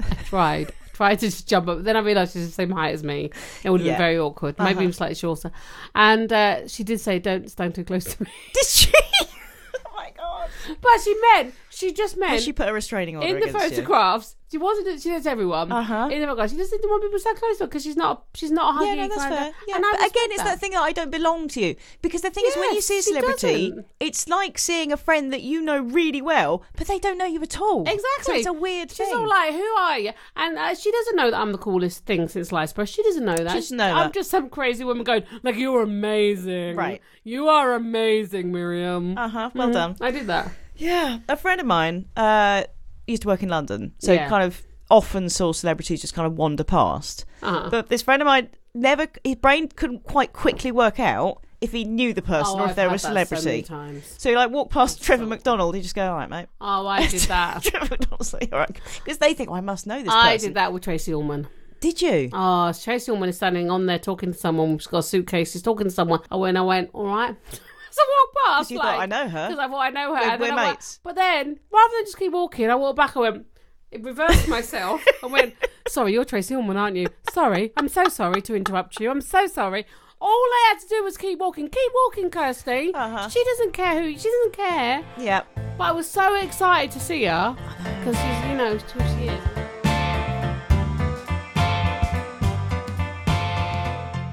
I tried. Tried to just jump up, then I realised she's the same height as me. It would have
Yeah. Uh-huh.
been very awkward. Maybe even slightly shorter. And uh, she did say, "Don't stand too close to me."
Did she? oh my god!
But she meant she just meant
Did she put a restraining order
in the
against you?
photographs. She wasn't. She knows everyone.
Uh-huh.
In the photographs, she just didn't want people to stand close to her because she's not. She's not a
Yeah,
huggy
no, that's
kind
fair.
Of,
Yeah,
and I
but again,
respect
it's that thing that I don't belong to you. Because the thing is, when you
Yes,
see a
she
celebrity,
doesn't.
it's like seeing a friend that you know really well, but they don't know you at all. So
Exactly.
it's a weird
She's
thing.
all like, "Who are you?" And uh, she doesn't know that I'm the coolest thing since sliced bread. She doesn't know that.
She doesn't know
I'm
that.
just some crazy woman going, "Like you're amazing,
Right.
You are amazing, Miriam."
uh huh. Well done.
I did that.
Yeah. A friend of mine uh, used to work in London, so
Yeah.
kind of often saw celebrities just kind of wander past.
Uh-huh.
But this friend of mine never, his brain couldn't quite quickly work out if he knew the person or if
Oh, I've
they were a
had that so many
celebrity.
times.
So you like walk past Trevor McDonald, you just go, all right, mate.
Oh, I did that.
Trevor McDonald's like, all right, because they think, well, I must know this person.
I did that with Tracy Ullman.
Did you?
Oh, Tracy Ullman is standing on there talking to someone. She's got a suitcase. She's talking to someone. I went, I went, all right. so I walked past.
you
like,
thought, "I know her.
Because I thought I know her.
We're-
and then
we're
I went-
mates."
but then, rather than just keep walking, I walked back. I went, it reversed myself. I went, sorry, you're Tracy Ullman, aren't you? Sorry. I'm so sorry to interrupt you. I'm so sorry. All I had to do was keep walking, keep walking, Kirsty.
Uh-huh.
She doesn't care who. She doesn't care.
Yep.
But I was so excited to see her because she's, you know, who she is.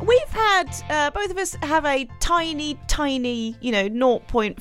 We've had uh, both of us have a tiny, tiny, you know,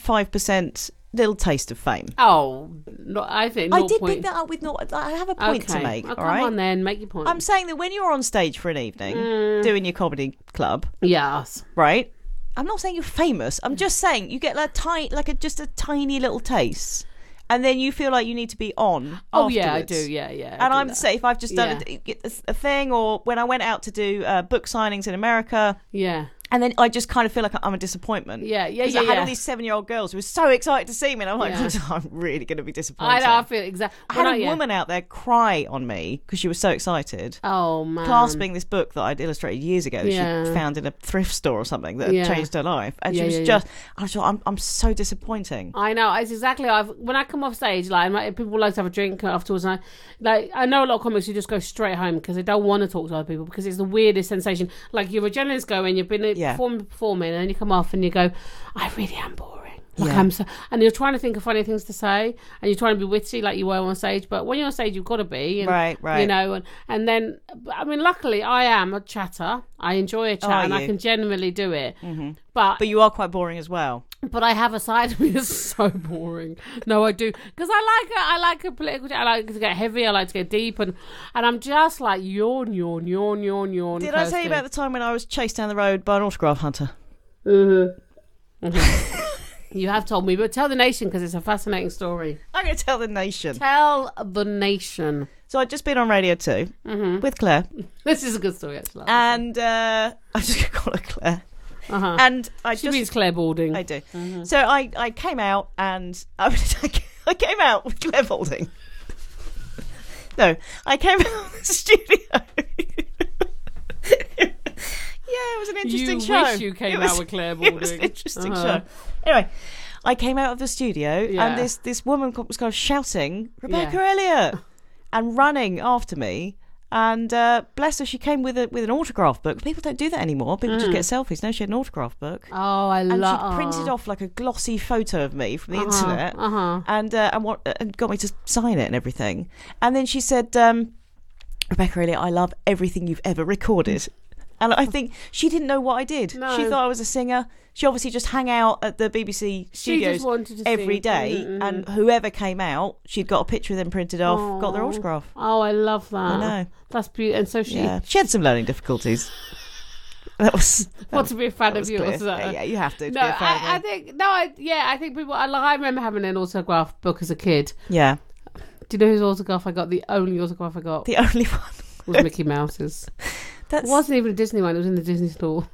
0.5% little taste of fame.
Oh, no, I think.
I
naught
did
point-
pick that up with not. I have a point
okay.
to make.
Oh,
all
come
right.
on then, make your point.
I'm saying that when you're on stage for an evening
Mm.
doing your comedy club,
yes.
right? I'm not saying you're famous. I'm just saying you get like tiny, like a, just a tiny little taste, and then you feel like you need to be on.
Oh yeah, I do.
afterwards.
Yeah, yeah. I
And
do
I'm
that.
say if I've just done a, a thing, or when I went out to do uh, book signings in America,
Yeah.
and then I just kind of feel like I'm a disappointment.
Yeah, yeah,
'Cause
yeah,
I had
yeah.
all these seven-year-old girls who were so excited to see me, and I'm like,
Yeah.
I'm really going to be disappointed.
I know. I feel exactly.
I had a woman out there cry on me because she was so excited
Oh man.
clasping this book that I'd illustrated years ago that she
Yeah.
found in a thrift store or something that had
Yeah.
changed her life. And she
Yeah,
was
yeah,
just, I thought, I'm, I'm so disappointing.
I know it's exactly. I've when I come off stage, like my- people like to have a drink afterwards. And I, like I know a lot of comics who just go straight home because they don't want to talk to other people because it's the weirdest sensation. Like your adrenaline's going, you've been
Yeah.
performing, performing, and then you come off and you go, I really am boring. Like
Yeah.
I'm so, and you're trying to think of funny things to say, and you're trying to be witty like you were on stage. But when you're on stage, you've got to be, and,
Right, right.
You know, and and then but, I mean, luckily I am a chatter. I enjoy a chat,
are
and I
Oh, you? Mm-hmm.
can generally do it. But
But you are quite boring as well.
but I have a side of me that's so boring. No, I do because I like a, I like a political. chat. I like to get heavy. I like to get deep, and and I'm just like yawn, yawn, yawn, yawn, yawn.
Did I tell you about the time when I was chased down the road by an autograph hunter?
Uh-huh. You have told me, but tell the nation because it's a fascinating story.
I'm going to tell the nation.
Tell the nation. Mm-hmm.
So I'd just been on Radio 2 with Claire,
This is a good story actually.
and uh, I'm just going to call her Claire.
Uh-huh.
And I
she
just
means Claire Balding. Mm-hmm.
I do. So I, I came out and I, was, I came out with Claire Balding. No, I came out of the studio. yeah, it was an
you
interesting show.
wish you came
It was-
out with Claire
It
Balding.
was an interesting
Uh-huh.
show. Anyway, I came out of the studio
Yeah.
and this this woman co- was kind of shouting Rebecca
Yeah.
Elliott and running after me. And uh, bless her, she came with a, with an autograph book. People don't do that anymore. People just get selfies. No, she had an autograph book
Oh, I
and
Mm. love.
she printed off like a glossy photo of me from the
uh
internet
Uh-huh.
and uh, and, what, and got me to sign it and everything and then she said um, rebecca elliott i love everything you've ever recorded and i think she didn't know what i did
No.
she thought i was a singer she obviously just hang out at the bbc
She
studios
just wanted to
every
see-
day,
Mhm, mhm.
and whoever came out she'd got a picture of them printed off got their
Aw.
autograph
Oh, I love that.
know.
That's beautiful. And so she
yeah she had some learning difficulties that was that
What to be a fan
was
of yours?
clear.
is that-
yeah, yeah, you have to,
No,
be a fan of
I, I
me.
think no, I, yeah, I think people. I, like, I remember having an autograph book as a kid.
yeah
Do you know whose autograph I got? The only autograph I got
the only one
was Mickey Mouse's. It
that's
wasn't even a Disney one. It was in the Disney store.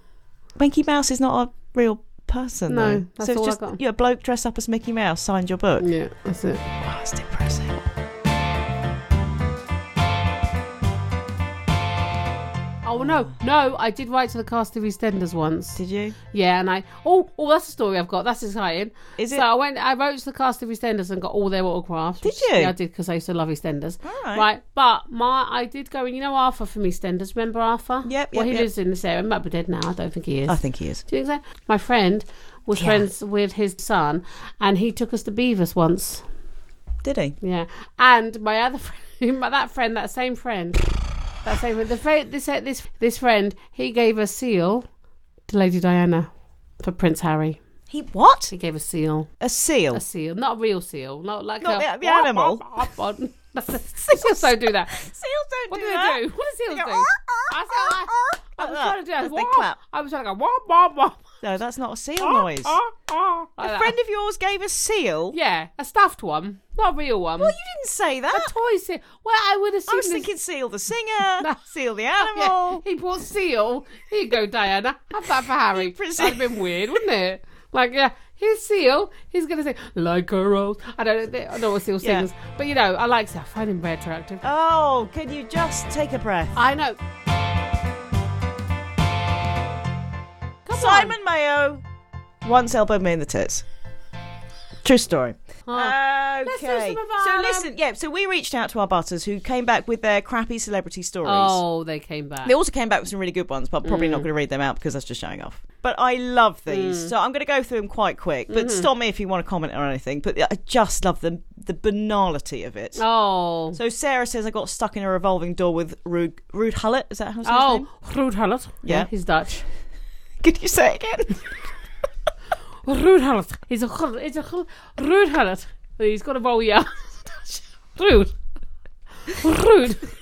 Mickey Mouse is not a real person.
No,
though.
that's
so it's
all I
just
got. Mm.
you're a bloke dressed up as Mickey Mouse signed your book.
Yeah, that's it.
Oh, it's depressing.
Oh no, no! I did write to the cast of EastEnders once.
Did you?
Yeah, and I oh oh that's a story I've got. That's exciting.
Is it?
So I went. I wrote to the cast of EastEnders and got all their autographs.
Did
which-
you?
Yeah, I did because I used to love EastEnders.
All right.
Right, but my I did go and you know Arthur from EastEnders. Remember Arthur?
Yep,
Well, he
yep, yep.
lives in this area. He might be dead now. I don't think he is.
I think he is.
Do you think so? My friend was friends with his son, and he took us to Beavers once.
Did he?
Yeah, and my other friend, my, that friend, that same friend, that same friend, the friend, this uh, this this friend, he gave a seal to Lady Diana for Prince Harry.
He what?
He gave a seal,
A seal.
a seal, not a real seal, not like
Not
a
the- the animal.
Seals don't do that.
Seals don't
What do
do
they
that.
do? What do seals
They go, "Oh,
do?
"Arr,
I
arr,
said, I-
arr,
I
arr,"
was
like
trying to do that.
that, oh, as they
Wah.
clap.
I was trying to go wah wah wah.
No, that's not a seal
wah,
noise.
ah, ah, like
A
that.
friend of yours gave a seal.
Yeah, a stuffed one, not a real one.
Well, you didn't say that.
toy seal. Well, I would assume.
I was
this-
thinking seal the singer,
No. Oh,
seal the
Yeah,
animal.
he bought seal. Here you go, Diana. Have that for Harry.
pres-
That'd have been weird, wouldn't it? Like, yeah, here's seal. He's gonna say like a rose. I don't. know- I don't know what seal
Yeah.
sings, but you know, I like that. I find him very attractive.
Oh, can you just take a breath?
I know. Come on.
Simon Mayo once elbowed me in the tits. True story. Uh,
Oh. Let's do
Okay.
some of
So
our, um,
listen, yeah. So we reached out to our butters who came back with their crappy celebrity stories.
Oh, Mm. they came back.
They also came back with some really good ones, but I'm probably not going to read them out because that's just showing off. But I love these,
Mm.
so I'm going to go through them quite quick. But
Mm-hmm.
stop me if you want to comment on anything. But I just love them, the banality of it.
Oh.
So Sarah says I got stuck in a revolving door with Rude, Rude Hullet. Is that how it's oh.
Oh, Ruud Hullet.
Yeah.
He's Dutch.
Could you say it again?
Ruud Hullet. He's a Hullet. He's a Hullet. Ruud Hullet. He's got a roll, yeah. Ruud. Ruud.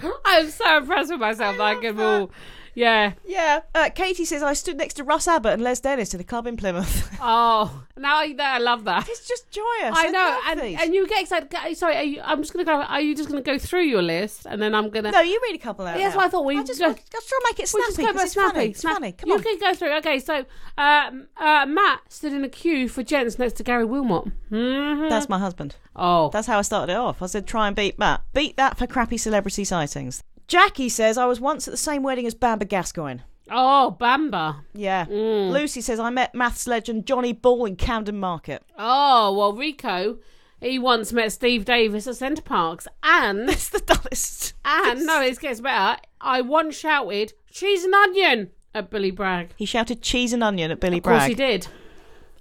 I'm so impressed with myself that I can move. Yeah.
yeah. Uh, Katie says I stood next to Russ Abbott and Les Dennis in a club in Plymouth.
Oh, now I, that I love that.
it's just joyous.
I know,
love
and,
these.
and you get excited. G- Sorry, are you, I'm just gonna go. Are you just gonna go through your list, and then I'm gonna?
no, you read a couple out.
Yeah, that's
now.
what I thought. We
I just,
go-
want- I just try and make it
We'll just
snappy.
go by
'cause it's
snappy.
funny. It's
snap-
funny. Come
you
on.
can go through. Okay, so um, uh, Matt stood in a queue for gents next to Gary Wilmot. hmm
That's my husband.
Oh,
That's how I started it off. I said, try and beat that. Beat that for crappy celebrity sightings. Jackie says, I was once at the same wedding as Bamber Gascoigne.
oh, Bamba.
Yeah.
Mm.
Lucy says, I met maths legend Johnny Ball in Camden Market.
Oh, well, Rico. He once met Steve Davis at Centre Parks, and
It's the dullest.
and no, it gets better. I once shouted, "She's an onion" at Billy Bragg.
He shouted cheese and onion at Billy
Of course,
Bragg.
he did.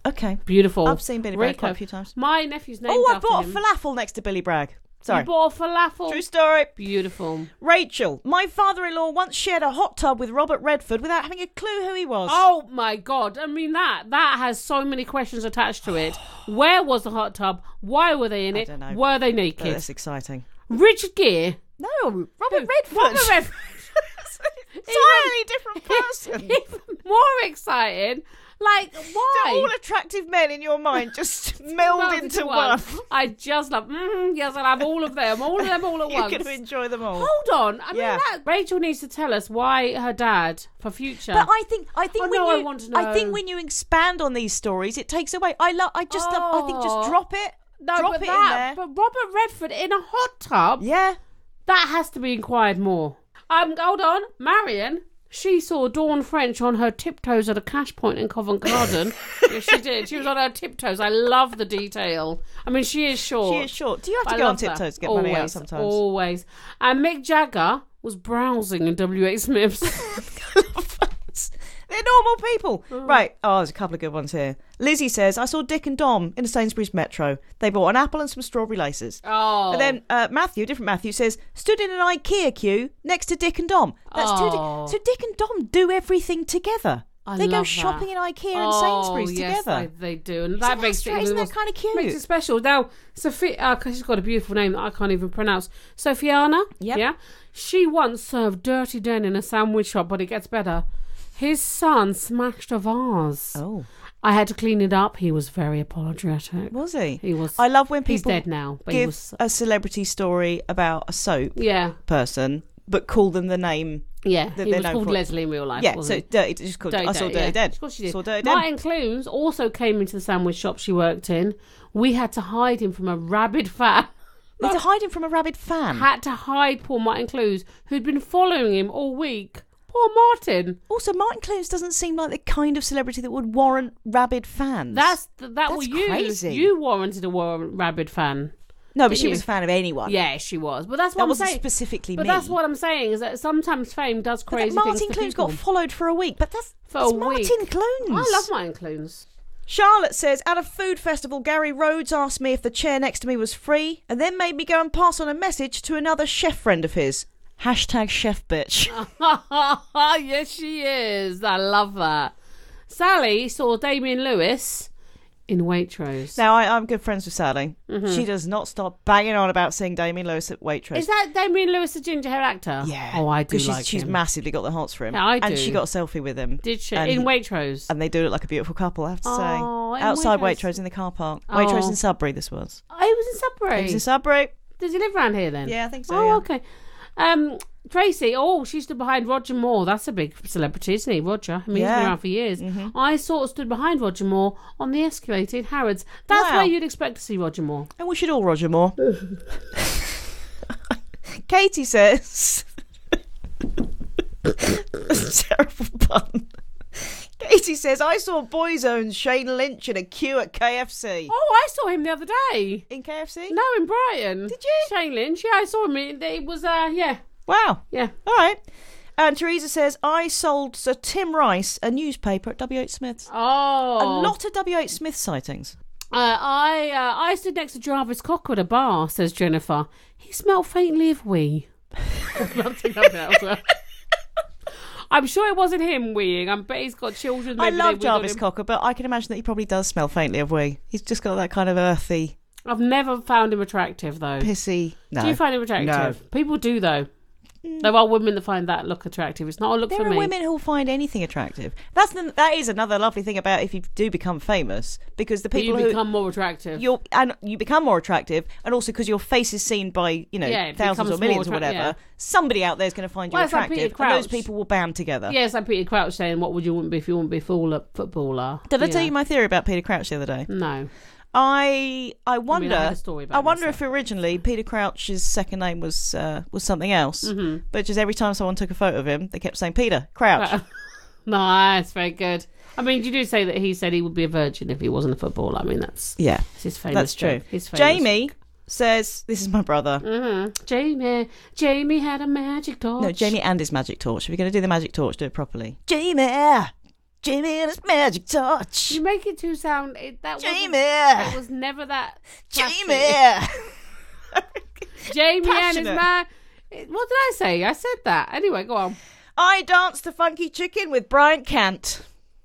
Okay.
Beautiful.
I've seen Billy Bragg quite a few times.
My nephew's name.
Oh, I
after
bought
him.
a falafel next to Billy Bragg. Sorry.
You bought a falafel.
True story.
Beautiful.
Rachel, my father in law once shared a hot tub with Robert Redford without having a clue who he was.
Oh my god! I mean that that has so many questions attached to it. Where was the hot tub? Why were they in it?
don't know.
Were they
Oh,
naked?
that's exciting.
Richard Gere.
No, Robert Redford.
Robert Redford.
Entirely different person.
Even more exciting. Like why?
all attractive men in your mind just meld
Meld
into one.
I just love. Mm, yes, I'll have all of them. All of them. All at
You're
once.
going to enjoy them all.
Hold on. I mean,
Yeah.
that, Rachel needs to tell us why her dad for future.
But I think I think
Oh,
when
no, I
you
want to
think
know.
when you expand on these stories, it takes away. I love. I just love, I think just
Oh.
drop it.
no,
drop
but
it
that.
in there.
But Robert Redford in a hot tub.
yeah.
That has to be inquired more. Um, hold on, Marion. She saw Dawn French on her tiptoes at a cash point in Covent Garden. yes, she did. She was on her tiptoes. I love the detail. I mean, she is short.
She is short. Do you have
I
to go on
love that.
tiptoes to get
always,
money out sometimes?
Always. And Mick Jagger was browsing in W.H. Smith's.
They're normal people.
Mm.
Right. Oh, there's a couple of good ones here. Lizzie says, I saw Dick and Dom in a Sainsbury's Metro. They bought an apple and some strawberry laces.
Oh.
And then uh, Matthew, different Matthew, says, stood in an IKEA queue next to Dick and Dom. That's two.
Oh.
Di- so Dick and Dom do everything together.
I
they go
love that.
shopping in IKEA
oh,
and Sainsbury's
yes,
together.
They, they do, and that
that
makes
stra-
it
isn't
even
that
more-
kinda cute?
Makes it special. Now, Sophia, uh, 'cause she's got a beautiful name that I can't even pronounce. Sophiana.
Yep.
Yeah. She once served dirty den in a sandwich shop, but it gets better. His son smashed a vase.
Oh,
I had to clean it up. He was very apologetic.
was he?
He was.
I love when people
He's dead now, but
give
he was.
a celebrity story about a soap
Yeah.
person, but call them the name.
Yeah.
That
He
they're
was
known
called
for-
Leslie in real life.
Yeah,
wasn't
so
he?
dirty. Just called.
Dirty
I saw
Dead,
Dirty
yeah.
Dead.
Of course she did.
Saw Dirty Dead.
Martin Clunes also came into the sandwich shop she worked in. We had to hide him from a rabid fan.
Need to hide him from a rabid fan.
had to hide poor Martin Clues, who'd been following him all week. Poor Martin.
also, Martin Clunes doesn't seem like the kind of celebrity that would warrant rabid fans.
That's th- that were
That's
you.
crazy.
You warranted a war- rabid fan.
no, but she
you-
was a fan of anyone.
Yeah, she was. But that's what
that
I'm
wasn't
saying.
specifically
But
me.
that's what I'm saying is that sometimes fame does
But that
crazy
Martin
things. to
Clunes
people.
got followed for a week, but that's,
For
that's
a
Martin
week.
Clunes.
I love Martin Clunes.
Charlotte says, at a food festival, Gary Rhodes asked me if the chair next to me was free, and then made me go and pass on a message to another chef friend of his. Hashtag chef bitch.
yes, she is. I love that. Sally saw Damien Lewis in Waitrose.
now I, I'm good friends with Sally. She does not stop banging on about seeing Damien Lewis at Waitrose.
Mm-hmm. is that Damien Lewis, the ginger hair actor?
yeah.
Oh, I do
'Cause she's,
like
she's
him.
massively got the hearts for him.
Yeah, I
And
do.
she got a selfie with him.
Did she
And-
in Waitrose?
And they do look like a beautiful couple, I have to say.
Oh, in
Outside
Waitrose.
Waitrose in the car park. Waitrose
Oh.
in Sudbury, this was.
Oh, he was in Sudbury.
It was in Sudbury.
Does he live around here then?
Yeah, I think so,
Oh,
yeah.
okay. Um, Tracy, oh, she stood behind Roger Moore. That's a big celebrity, isn't he? Roger. I mean, he's
Yeah. Mm-hmm.
been around for years. I sort of stood behind Roger Moore on the escalator in Harrods. That's
Wow.
where you'd expect to see Roger Moore.
And we should all Roger Moore. Katie says. That's a terrible pun. Katie says, I saw Boyzone Shane Lynch in a queue at KFC.
Oh, I saw him the other day.
In KFC?
No, in Brighton. Did
you?
Shane Lynch. Yeah, I saw him. It it was, uh, yeah,
Wow.
yeah.
All right. And Teresa says, I sold Sir Tim Rice a newspaper at W.H. Smith's.
Oh.
A lot of W.H. Smith sightings.
Uh, I uh, I stood next to Jarvis Cocker at a bar, says Jennifer. He smelled faintly of wee. I'll take that bit out as well. I'm sure it wasn't him weeing. I bet he's got children.
I
maybe they
love
wiggled
Jarvis
him.
Cocker, but I can imagine that he probably does smell faintly of wee. He's just got that kind of earthy,
I've never found him attractive, though.
pissy. No. Mm.
Do you find him attractive? People do, though. There are women that find that look attractive. It's not a look
There
for
are
me.
women who'll find anything attractive. That's the, that is another lovely thing about if you do become famous, because the
But you
people who
become more attractive.
you're and you become more attractive, and also because your face is seen by you know
Yeah, it
thousands or
becomes more
millions or
attract-
whatever.
yeah.
Somebody out there is going to find you
Well, it's like
attractive,
Peter
and those
Crouch.
people will band together.
Yeah, it's like Peter Crouch saying, "What would you want to be if you want to be a footballer?" footballer?
Did I
Yeah.
tell you my theory about Peter Crouch the other day?
No.
I I wonder.
I had a story about
I
him,
wonder
so-
if originally Peter Crouch's second name was uh, was something else,
Mm-hmm.
but just every time someone took a photo of him, they kept saying Peter Crouch.
Nice, very good. I mean, you do say that he said he would be a virgin if he wasn't a footballer. I mean, that's
yeah,
it's his famous.
that's true.
joke. His famous.
Jamie says, "This is my brother."
Mhm. Jamie, Jamie had a magic torch.
No, Jamie and his magic torch. If you're going to do the magic torch, do it properly. Jamie, Jamie and his magic torch.
You make it too sound. It, that wasn't-
Jamie,
It was never that. classy.
Jamie.
Jamie and his
Passionate.
man. It- What did I say? I said that. Anyway, go on.
I danced the funky chicken with Brian Cant.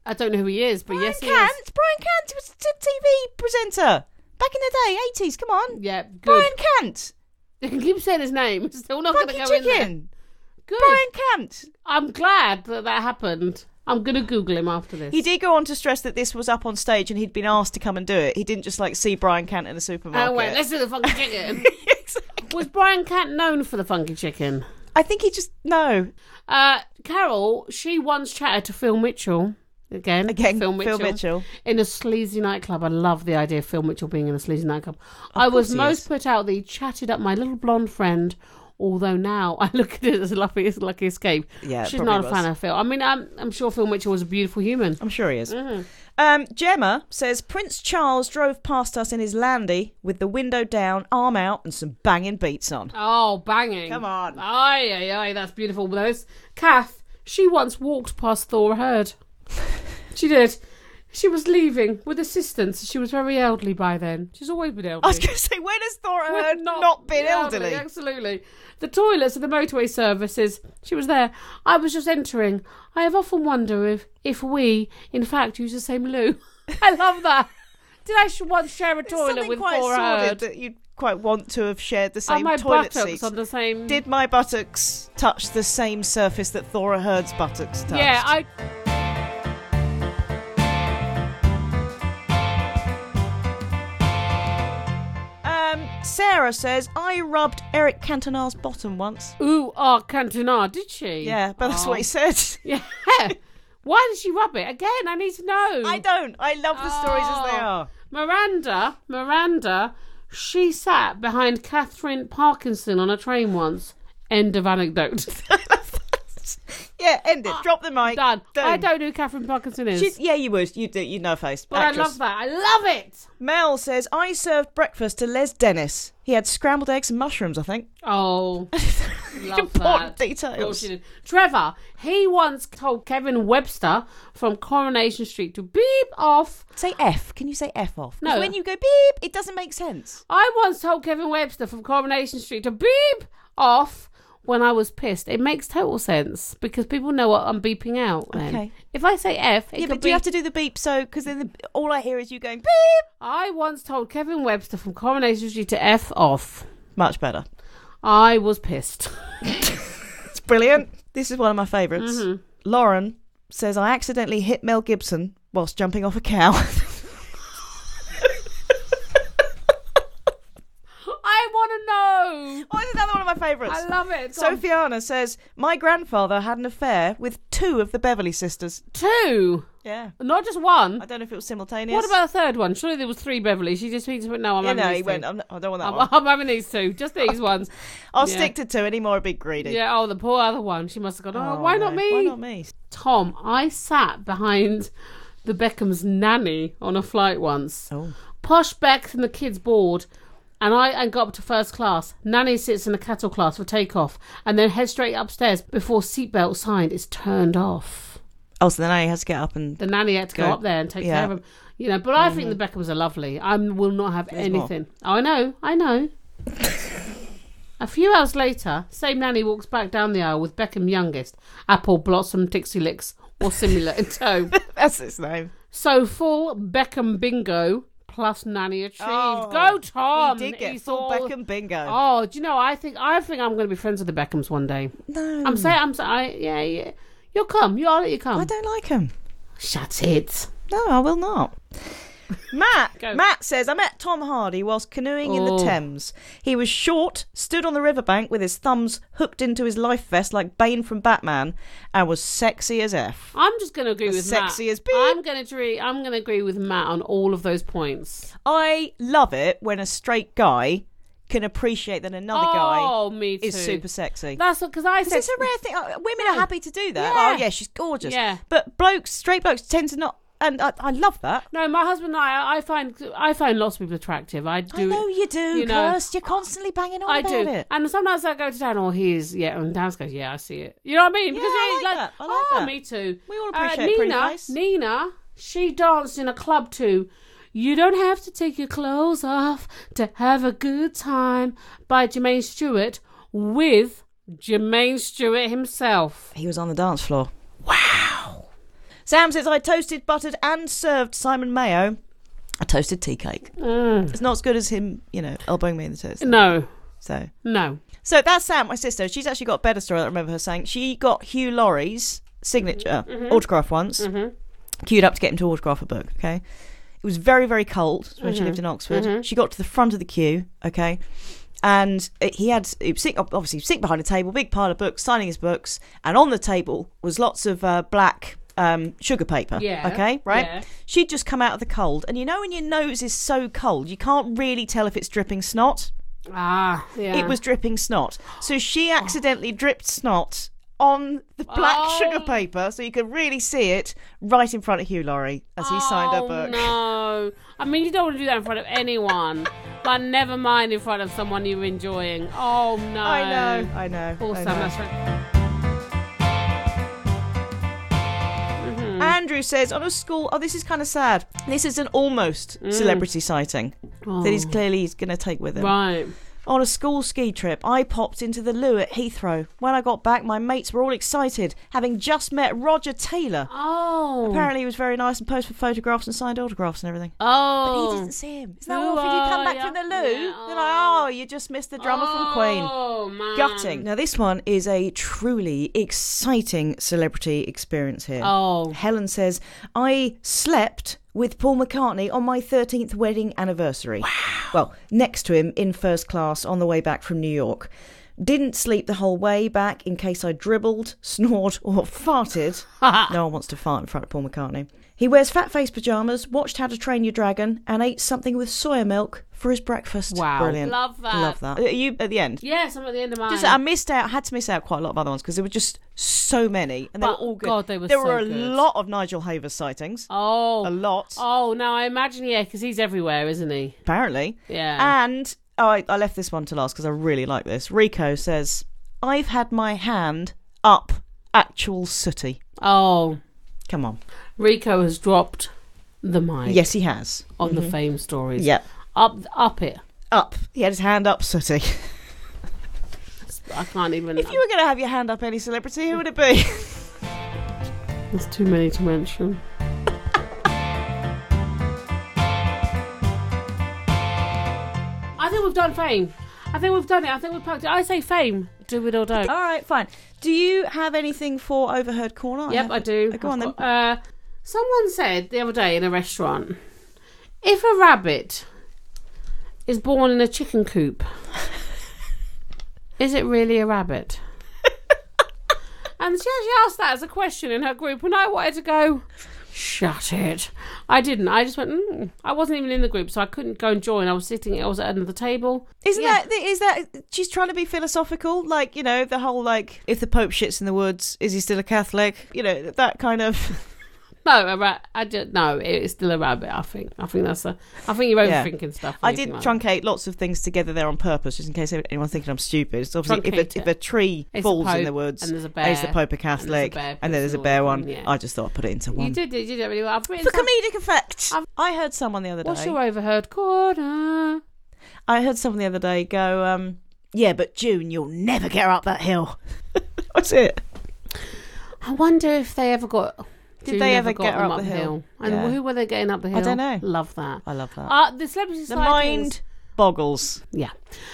I don't know who he is, but yes, he
Brian Cant.
is.
Brian Cant. He was a TV presenter back in the day, 80s. Come on,
Yeah, good.
Brian Cant.
You can keep saying his name. It's still not going to
Funky
go in there.
chicken.
Good.
Brian Cant.
I'm glad that that happened. I'm going to Google him after this.
He did go on to stress that this was up on stage and he'd been asked to come and do it. He didn't just like see Brian Cant in a supermarket.
Oh wait, let's do the funky chicken.
Exactly.
Was Brian Cat known for the funky chicken?
I think he just no.
Uh, Carol, she once chatted to Phil Mitchell again.
Again, Phil Mitchell.
in a sleazy nightclub. I love the idea of Phil Mitchell being in a sleazy nightclub. I was
he
most
is.
put out that he chatted up my little blonde friend. Although now I look at it as a lucky, as a lucky escape.
Yeah, it
she's
probably
not a
was.
fan of Phil. I mean, I'm, I'm sure Phil Mitchell was a beautiful human.
I'm sure he is.
Mm-hmm.
Um, Gemma says Prince Charles drove past us in his landy with the window down, arm out, and some banging beats on.
Oh, banging.
Come on.
Aye, aye, aye. That's beautiful. But those. Kath, she once walked past Thor Heard. she did. She was leaving with assistance. She was very elderly by then. She's always been elderly.
I was going to say, when has Thora
Would
Heard not, been elderly?
Absolutely. The toilets of the motorway services. She was there. I was just entering. I have often wondered if, if we, in fact, use the same loo. I love that. Did I sh- once share a
It's
toilet
something
with
quite
Thor
sordid
Heard?
that you'd quite want to have shared the
Are
same
my
toilet
buttocks
seats.
on the same?
Did my buttocks touch the same surface that Thora Heard's buttocks touched?
yeah, I
Um, Sarah says I rubbed Eric Cantona's bottom once.
Ooh, ah, Cantona, did she?
Yeah, but that's
Oh.
what he said.
Yeah. Why did she rub it again? I need to know.
I don't. I love the stories as they
Oh.
are.
Miranda, Miranda, she sat behind Catherine Parkinson on a train once. End of anecdote.
Yeah, end it. Drop the mic.
Ah, Done. I don't know who Catherine Parkinson is,
She's, yeah, you would. You'd, you'd know her face.
but I love that. I love it.
Mel says, I served breakfast to Les Dennis. He had scrambled eggs and mushrooms, I think.
Oh, love
Important
that. Of course
details.
she did. Trevor, he once told Kevin Webster from Coronation Street to beep off
Say F. Can you say F off? 'Cause
No.
When you go beep, it doesn't make sense.
I once told Kevin Webster from Coronation Street to beep off when I was pissed. It makes total sense because people know what I'm beeping out. Then.
Okay.
If I say F, it
Yeah,
could
but
be.
do you have to do the beep so? Because then the, all I hear is you going beep.
I once told Kevin Webster from Coronation Street to F off.
Much better.
I was pissed.
It's brilliant. This is one of my favorites Lauren says, I accidentally hit Mel Gibson whilst jumping off a cow.
I want to know.
Oh, it's another one of my favourites.
I love it. Go on.
Sophiana says, My grandfather had an affair with two of the Beverly sisters.
Two,
Yeah.
not just one.
I don't know if it was simultaneous.
What about a third one? Surely there was three Beverly. She just speaks, but no, I'm
Yeah,
having
no,
these
he
two.
went, I'm not, I don't want that
I'm,
one.
I'm having these two, just these ones.
I'll
yeah.
stick to two anymore, a big greedy.
Yeah. Oh, the poor other one. She must have gone. Oh,
Oh,
why
no.
not me?
Why not me?
Tom, I sat behind the Beckham's nanny on a flight once.
Oh.
Posh Beck and the kids board, and I and got up to first class. Nanny sits in the cattle class for takeoff, and then heads straight upstairs before seatbelt sign is turned off.
Oh, so then I has to get up and
The nanny had to go
Go.
up there and take
Yeah. Mm-hmm.
care of him. You know, but I think the Beckhams are lovely. I will not have
more.
anything. I know, I know. A few hours later, same nanny walks back down the aisle with Beckham youngest, Apple Blossom Dixie Licks, or similar in tow.
that's his name.
So full Beckham bingo plus nanny achieved.
Oh,
Go Tom!
he did get
He's
full
all-
Beckham bingo.
Oh, do you know? I think I think I'm going to be friends with the Beckhams one day.
no,
I'm saying I'm saying I, yeah yeah. You'll come. You I'll let you come.
Hmm. I don't like him.
Shut it.
No, I will not. Matt
Go.
Matt says I met Tom Hardy whilst canoeing in the
Oh.
Thames. He was short, stood on the riverbank with his thumbs hooked into his life vest like Bane from Batman, and was sexy as f.
I'm just going to agree
The
with Matt.
sexiest beep.
I'm going to agree. I'm going to agree with Matt on all of those points.
I love it when a straight guy can appreciate that another guy
oh, me too.
is super sexy.
That's because I said
It's a rare thing. Uh, Women are happy to do that.
Yeah.
Oh yeah, she's gorgeous.
Yeah.
But blokes, straight blokes, tend to not. And I, I love that.
no. My husband and I, I find I find lots of people attractive. I do.
I know you do,
you know,
Kirst. You're constantly banging on
I
about
do,
it.
and sometimes I go to Dan, or he is, yeah, and Dan goes, yeah, I see it. You know what I mean?
Yeah, I
he's
like that. I like
oh,
that.
me too.
We all
Uh,
appreciate
Nina,
pretty face.
Nina, she danced in a club too. You don't have to take your clothes off to have a good time by Jermaine Stewart with Jermaine Stewart himself.
He was on the dance floor. Wow. Sam says I toasted, buttered, and served Simon Mayo a toasted tea cake. It's not as good as him, you know, elbowing me in the toast.
No,
So,
no.
so that's Sam, my sister. She's actually got a better story. I remember her saying she got Hugh Laurie's signature
Mm-hmm.
autograph once, queued up to get him to autograph a book. Okay. It was very, very cold when
Mm-hmm.
she lived in Oxford. She got to the front of the queue. Okay. and it- he had he was sitting, obviously sitting behind a table, big pile of books, signing his books, and on the table was lots of uh, black um, sugar paper.
Yeah,
Okay, right.
yeah.
She'd just come out of the cold, and you know when your nose is so cold, you can't really tell if it's dripping snot.
Ah, yeah.
It was dripping snot, so she accidentally dripped snot on the black
Oh.
sugar paper, so you could really see it right in front of Hugh Laurie as he signed her
Oh,
book.
No, I mean you don't want to do that in front of anyone, but never mind in front of someone you're enjoying. Oh no!
I know, I know. I
Awesome.
know.
That's right. Hmm.
Andrew says on a school. Oh, this is kind of sad. This is an almost
Hmm.
celebrity sighting that he's clearly he's going to take with him.
Oh, Right.
On a school ski trip, I popped into the loo at Heathrow. When I got back, my mates were all excited, having just met Roger Taylor.
Oh.
Apparently, he was very nice and posted for photographs and signed autographs and everything.
oh.
But he didn't see him. Isn't that
Who
awful? If you come
are
back
ya?
from the loo,
ah, Yeah, ah.
they're like, "Oh, you just missed the drummer from Queen."
Oh man.
Gutting. Now, this one is a truly exciting celebrity experience here.
Oh.
Helen says, I slept with Paul McCartney on my 13th wedding anniversary. Well, next to him in first class on the way back from New York. Didn't sleep the whole way back in case I dribbled, snored, or farted. no one wants to fart in front of Paul McCartney. He wears fat face pajamas, watched How to Train Your Dragon, and ate something with soya milk for his breakfast.
Wow.
Brilliant.
Love that.
Love that. Are you at the end?
Yes, I'm at the end of mine.
Just, I missed out. I had to miss out quite a lot of other ones because there were just so many, and they
But,
were all good.
God, they were
there
so
were a
good.
lot of Nigel Havers sightings.
oh.
A lot,
Oh, now I imagine yeah, because he's everywhere, isn't he?
apparently.
Yeah.
And oh, I, I left this one to last because I really like this. Rico says, "I've had my hand up actual sooty."
oh.
Come on.
Rico has dropped the mic
Yes, he has.
on the fame stories.
Yeah,
Up, up it.
up. He had his hand up sooty.
I can't even.
if you were going to have your hand up any celebrity, who would it be?
There's too many to mention. I think we've done fame. I think we've done it. I think we've packed it. I say fame. Do it or don't.
all right, fine. Do you have anything for overheard corner?
Yep, I
haven't.
do.
Go on
I've
then.
got- uh, someone said the other day in a restaurant, if a rabbit is born in a chicken coop, Is it really a rabbit? and she actually asked that as a question in her group, and I wanted to go, shut it. I didn't. I just went, mm. I wasn't even in the group, so I couldn't go and join. I was sitting, I was at another table.
Isn't that is that she's trying to be philosophical, like you know the whole like if the Pope shits in the woods, is he still a Catholic? You know that kind of.
No, a ra- I did, no, it's still a rabbit, I think. I think that's a, I think you're
Yeah.
overthinking stuff.
I
when you
did
think like that.
truncate lots of things together there on purpose, just in case anyone's thinking I'm stupid. So obviously, if
Truncate
a,
it.
if a tree
It's a
falls in
Pope,
the woods,
and there's a
and it's the
bear,
Pope a Catholic,
bear
and then there's a
person
bear
or
one.
something, yeah.
I just thought I'd put it into one
You did, you did it really well. I've written
for
some-
comedic effect.
I've-
I heard someone the other day.
What's your overheard corner?
I heard someone the other day go, um, "Yeah, but June, you'll never get her up that hill." What's it?
I wonder if they ever got.
Did
June
they
ever
ever
got
get her
them
up the hill?
And
Yeah.
who were they getting up the hill?
don't know.
Love that.
I love that.
Uh, the celebrity
the
side
mind
things-
boggles.
Yeah,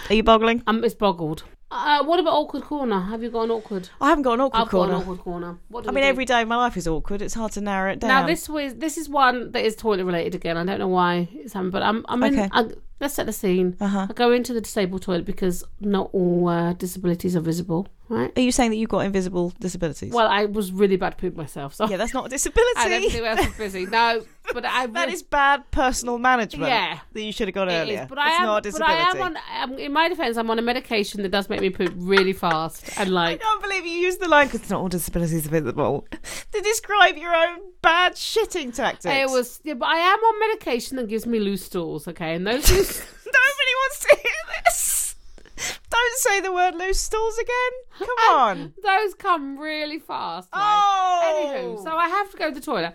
Are you boggling?
um, it's boggled. Uh, what about awkward corner? Have you got an awkward?
I haven't got an awkward
I've
corner.
got an awkward corner. What do
I
we
mean,
do?
every day of my life is awkward. It's hard to narrow it down.
Now this was this is one that is toilet related again. I don't know why it's happened, but I'm I'm in.
Okay.
I, let's set the scene.
Uh-huh.
I go into the disabled toilet because not all uh, disabilities are visible, right?
Are you saying that you've got invisible disabilities?
Well, I was really bad to poop myself, so
yeah, that's not a
and
disability.
everything else was busy. No, but I
That
really-
is bad personal management.
Yeah.
That you should have got
It
earlier.
is, but I
it's
am.
not a
but
disability.
I am on. I'm, in my defence, I'm on a medication that does make me poop really fast and
I
like.
can't believe you used the line because not all disabilities are visible to describe your own bad shitting tactics.
It was, yeah, but I am on medication that gives me loose stools, okay, and those loose,
Nobody wants to hear this. Don't say the word loose stools again. Come on.
those come really fast. Like.
Oh.
Anywho, so I have to go to the toilet.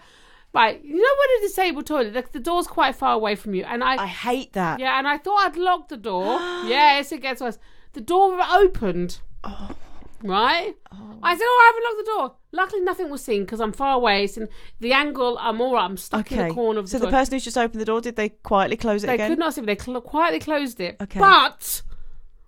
Right, you know when a disabled toilet, like the door's quite far away from you, and I,
I hate that.
yeah, and I thought I'd locked the door. yes, it gets worse. The door opened.
Oh.
Right? I said, oh, I haven't locked the door. Luckily, nothing was seen because I'm far away. It's in the angle. I'm all right. I'm stuck in
Okay.
the corner of the
so the
toilet.
person who's just opened the door, did they quietly close it
They
again?
could not see me. They cl- quietly closed it.
Okay.
But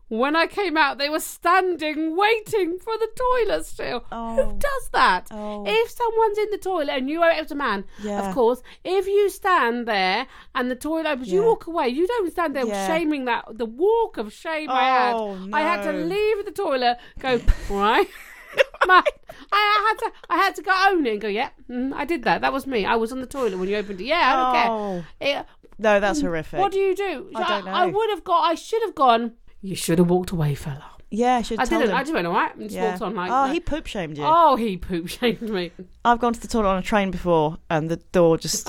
when I came out, they were standing waiting for the toilet still.
Oh.
Who does that?
Oh.
If someone's in the toilet and you are it's a man,
Yeah.
of course, if you stand there and the toilet opens, you
Yeah.
walk away. You don't stand there
Yeah.
shaming that, the walk of shame I had.
Oh,
I had to
no.
leave the toilet, go, right? My, I had to, I had to go own it and go. Yep, mm, I did that. That was me. I was on the toilet when you opened it. Yeah, I don't
Oh.
care. It,
No, that's horrific.
Mm, what do you do?
I don't
I
know.
would have got. I should have gone. You should have walked away, fella.
yeah, I should
I
tell
didn't.
them.
I just went all right and just
yeah.
walked on like.
oh,
that.
he poop shamed you.
oh, he poop shamed me.
I've gone to the toilet on a train before, and the door just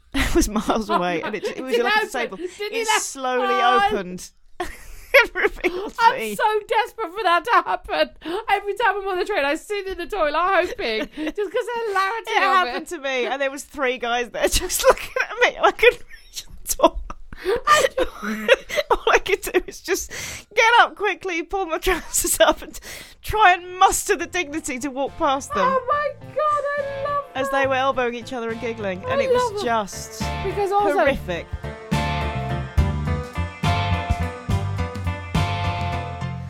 was miles away,
Oh. no.
and it,
It
it was
didn't
like a
open.
disabled.
It didn't
It
open.
slowly
Oh.
opened. Everything was
I'm
me.
so desperate for that to happen. Every time I'm on the train, I sit in the toilet hoping just because the hilarity of
it happened to me, and there was three guys there just looking at me. I couldn't reach the door. All I could do was just get up quickly, pull my trousers up, and try and muster the dignity to walk past them
Oh my god, I love
as they were elbowing each other and giggling, and
I
it was
love 'em.
just
because also
horrific.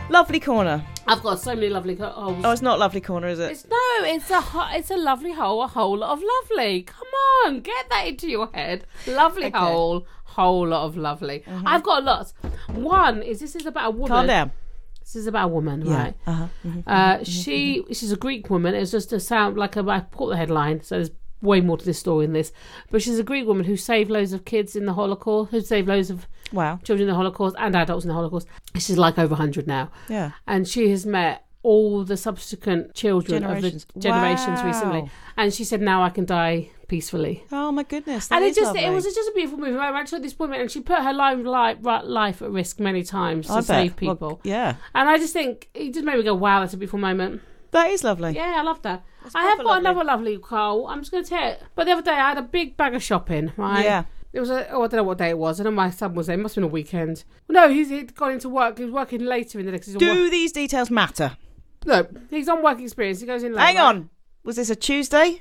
Lovely corner.
I've got so many lovely co- holes.
Oh, it's not lovely corner, is it?
It's no, it's a ho- it's a lovely hole, a whole lot of lovely. Come on, get that into your head. Lovely
Okay. Mm-hmm.
hole, whole lot of lovely. I've got lots. One is this is about a woman.
Calm down.
This is about a woman, right?
Uh-huh.
Uh, she she's a Greek woman. It's just a sound like a, I put the headline, so there's way more to this story than this. But she's a Greek woman who saved loads of kids in the Holocaust, who saved loads of
Wow.
children in the Holocaust and adults in the Holocaust. She's like over 100 now
Yeah.
and she has met all the subsequent children
Generations.
of the generations
Wow.
recently and she said now i can die peacefully
Oh my goodness.
and
that
it
is
just it
lovely.
was just a beautiful movie i actually this woman and she put her life, life, life at risk many times to
I bet.
save
Well,
people
yeah.
and i just think it just made me go wow that's a beautiful moment
That is lovely.
yeah i love that i have got
proper lovely.
another lovely call i'm just going to tell it but the other day i had a big bag of shopping right
Yeah.
it was a, oh, I don't know what day it was. I know my son was there. It must have been a weekend. No, he's he'd gone into work. He was working later in the next. he's on work-
Do these details matter?
No, he's on work experience. He goes in. Late,
Hang
right?
on. Was this a Tuesday?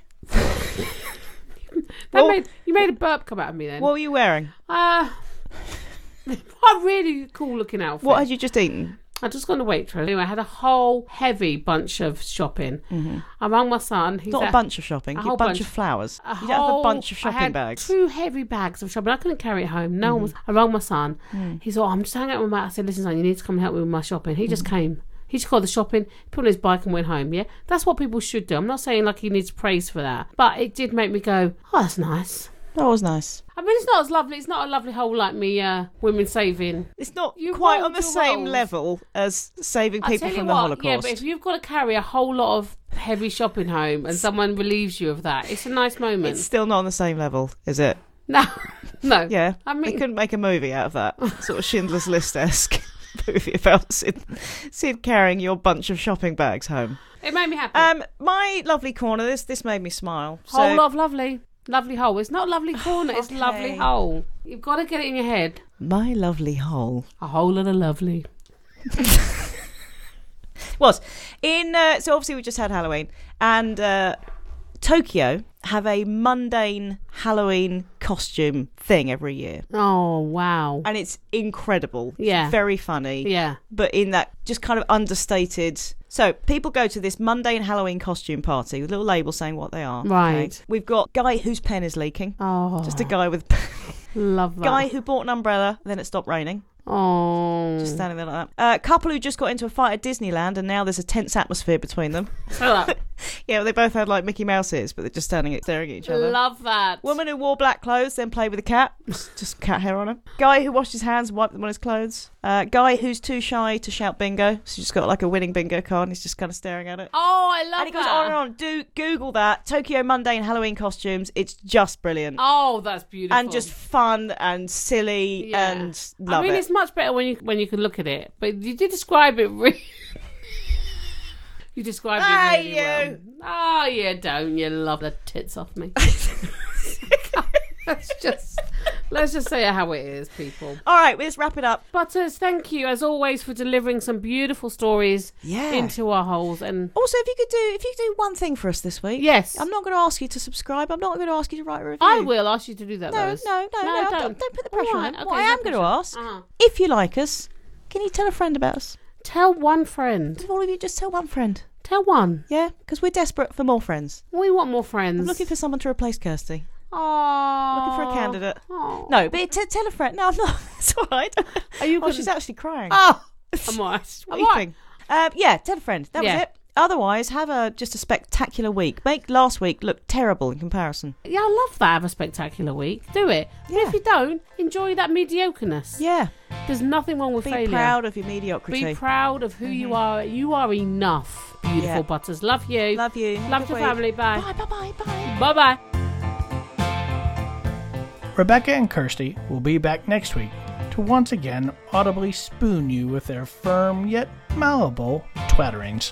That
Well-
made, you made a burp come out of me then.
What were you wearing?
uh, a really cool looking outfit.
What had you just eaten?
I just gone to Waitrose. Anyway, I had a whole heavy bunch of shopping. I rang my son. He's
Mm-hmm. Not
at-
a bunch of shopping.
a
A
whole
bunch,
bunch.
of flowers.
a
you don't have a
whole-
bunch of shopping
I had
bags. Mm-hmm.
Two heavy bags of shopping. I couldn't carry it home.
Mm. Mm-hmm.
No one was. I rang my son. He said, oh, "I'm just hanging out with my." I said, "Listen, son, you need to come and help me with my shopping." He just came. He should go to the shopping, put on his bike and went home, yeah? That's what people should do. I'm not saying like he needs praise for that, but it did make me go, oh, that's nice.
That was nice.
I mean, it's not as lovely. It's not a lovely hole like me, uh, women saving.
It's not
You
quite on
rolled
the
your
same
rolls.
level as saving
I
people
tell you
from the
what,
Holocaust.
yeah, but if you've got to carry a whole lot of heavy shopping home and someone relieves you of that, it's a nice moment.
it's still not on the same level, is it?
No, no.
Yeah.
I
They
mean,
couldn't make a movie out of that sort of Schindler's List esque movie about Sid, Sid carrying your bunch of shopping bags home.
it made me happy.
Um, my lovely corner. This this made me smile. So Oh,
Whole lot of lovely. Lovely hole. It's not lovely corner, it's
Okay.
lovely hole. You've got to get it in your head.
my lovely hole
A whole lot of lovely.
was in. Uh, so obviously we just had Halloween and uh, Tokyo have a mundane Halloween costume thing every year,
Oh, wow.
and it's incredible. It's
Yeah.
very funny.
Yeah.
but in that just kind of understated. So people go to this mundane Halloween costume party with little labels saying what they are. okay?
Right.
We've got guy whose pen is leaking.
Oh,
Just a guy with
love that.
guy who bought an umbrella, then it stopped raining.
Oh.
Just standing there like that. Uh, couple who just got into a fight at Disneyland, and now there's a tense atmosphere between them.
Shut up.
Yeah, well, they both had like Mickey Mouse ears, but they're just standing staring at each other.
love that.
Woman who wore black clothes, then played with a cat. Just just cat hair on him. Guy who washed his hands, wiped them on his clothes. Uh, guy who's too shy to shout bingo. So he's just got like a winning bingo card and he's just kind of staring at it.
Oh, I love
and it goes
that.
on and on. Do Google that. Tokyo mundane Halloween costumes. It's just brilliant.
Oh, that's beautiful.
and just fun and silly
Yeah.
and love
I mean,
it.
it's much better when you when you can look at it. But you did describe it really. you described
Ah,
it really well.
you.
Oh, you don't. You love the tits off me. let's just let's just say it how it is, people.
All right, let's wrap it up.
Butters, thank you as always for delivering some beautiful stories
Yeah.
into our holes. And
also, if you could do if you could do one thing for us this week.
yes,
I'm not going to ask you to subscribe. I'm not going to ask you to write a review.
I will ask you to do that.
No,
Lois.
no, no, no.
don't.
Don't, don't put the pressure
Alright,
on.
okay,
what I
no
am going to
pressure.
ask,
Uh-huh.
if you like us, can you tell a friend about us?
Tell one friend.
If all of you just tell one friend,
Tell one.
yeah? Because we're desperate for more friends.
We want more friends.
I'm looking for someone to replace Kirsty.
Aww.
Looking for a candidate.
Aw.
No, but t- tell a friend. No, I'm not. It's all right.
Are you
Oh,
gonna-
she's actually crying.
Oh, I'm alright. I'm alright.
Weeping. Um, yeah, tell a friend. That
Yeah.
was it. Otherwise, have a just a spectacular week. Make last week look terrible in comparison.
Yeah, I love that. Have a spectacular week. Do it. But
Yeah.
if you don't, enjoy that mediocreness.
Yeah.
There's nothing wrong with
Be
failure.
proud of your mediocrity.
Be proud of who you are. You are enough. Beautiful
Yeah.
butters. Love you.
Love you. Have a
Love
good
your
week.
family. Bye.
Bye, bye, bye, bye.
Bye bye.
Rebecca and Kirsty will be back next week to once again audibly spoon you with their firm yet malleable twatterings.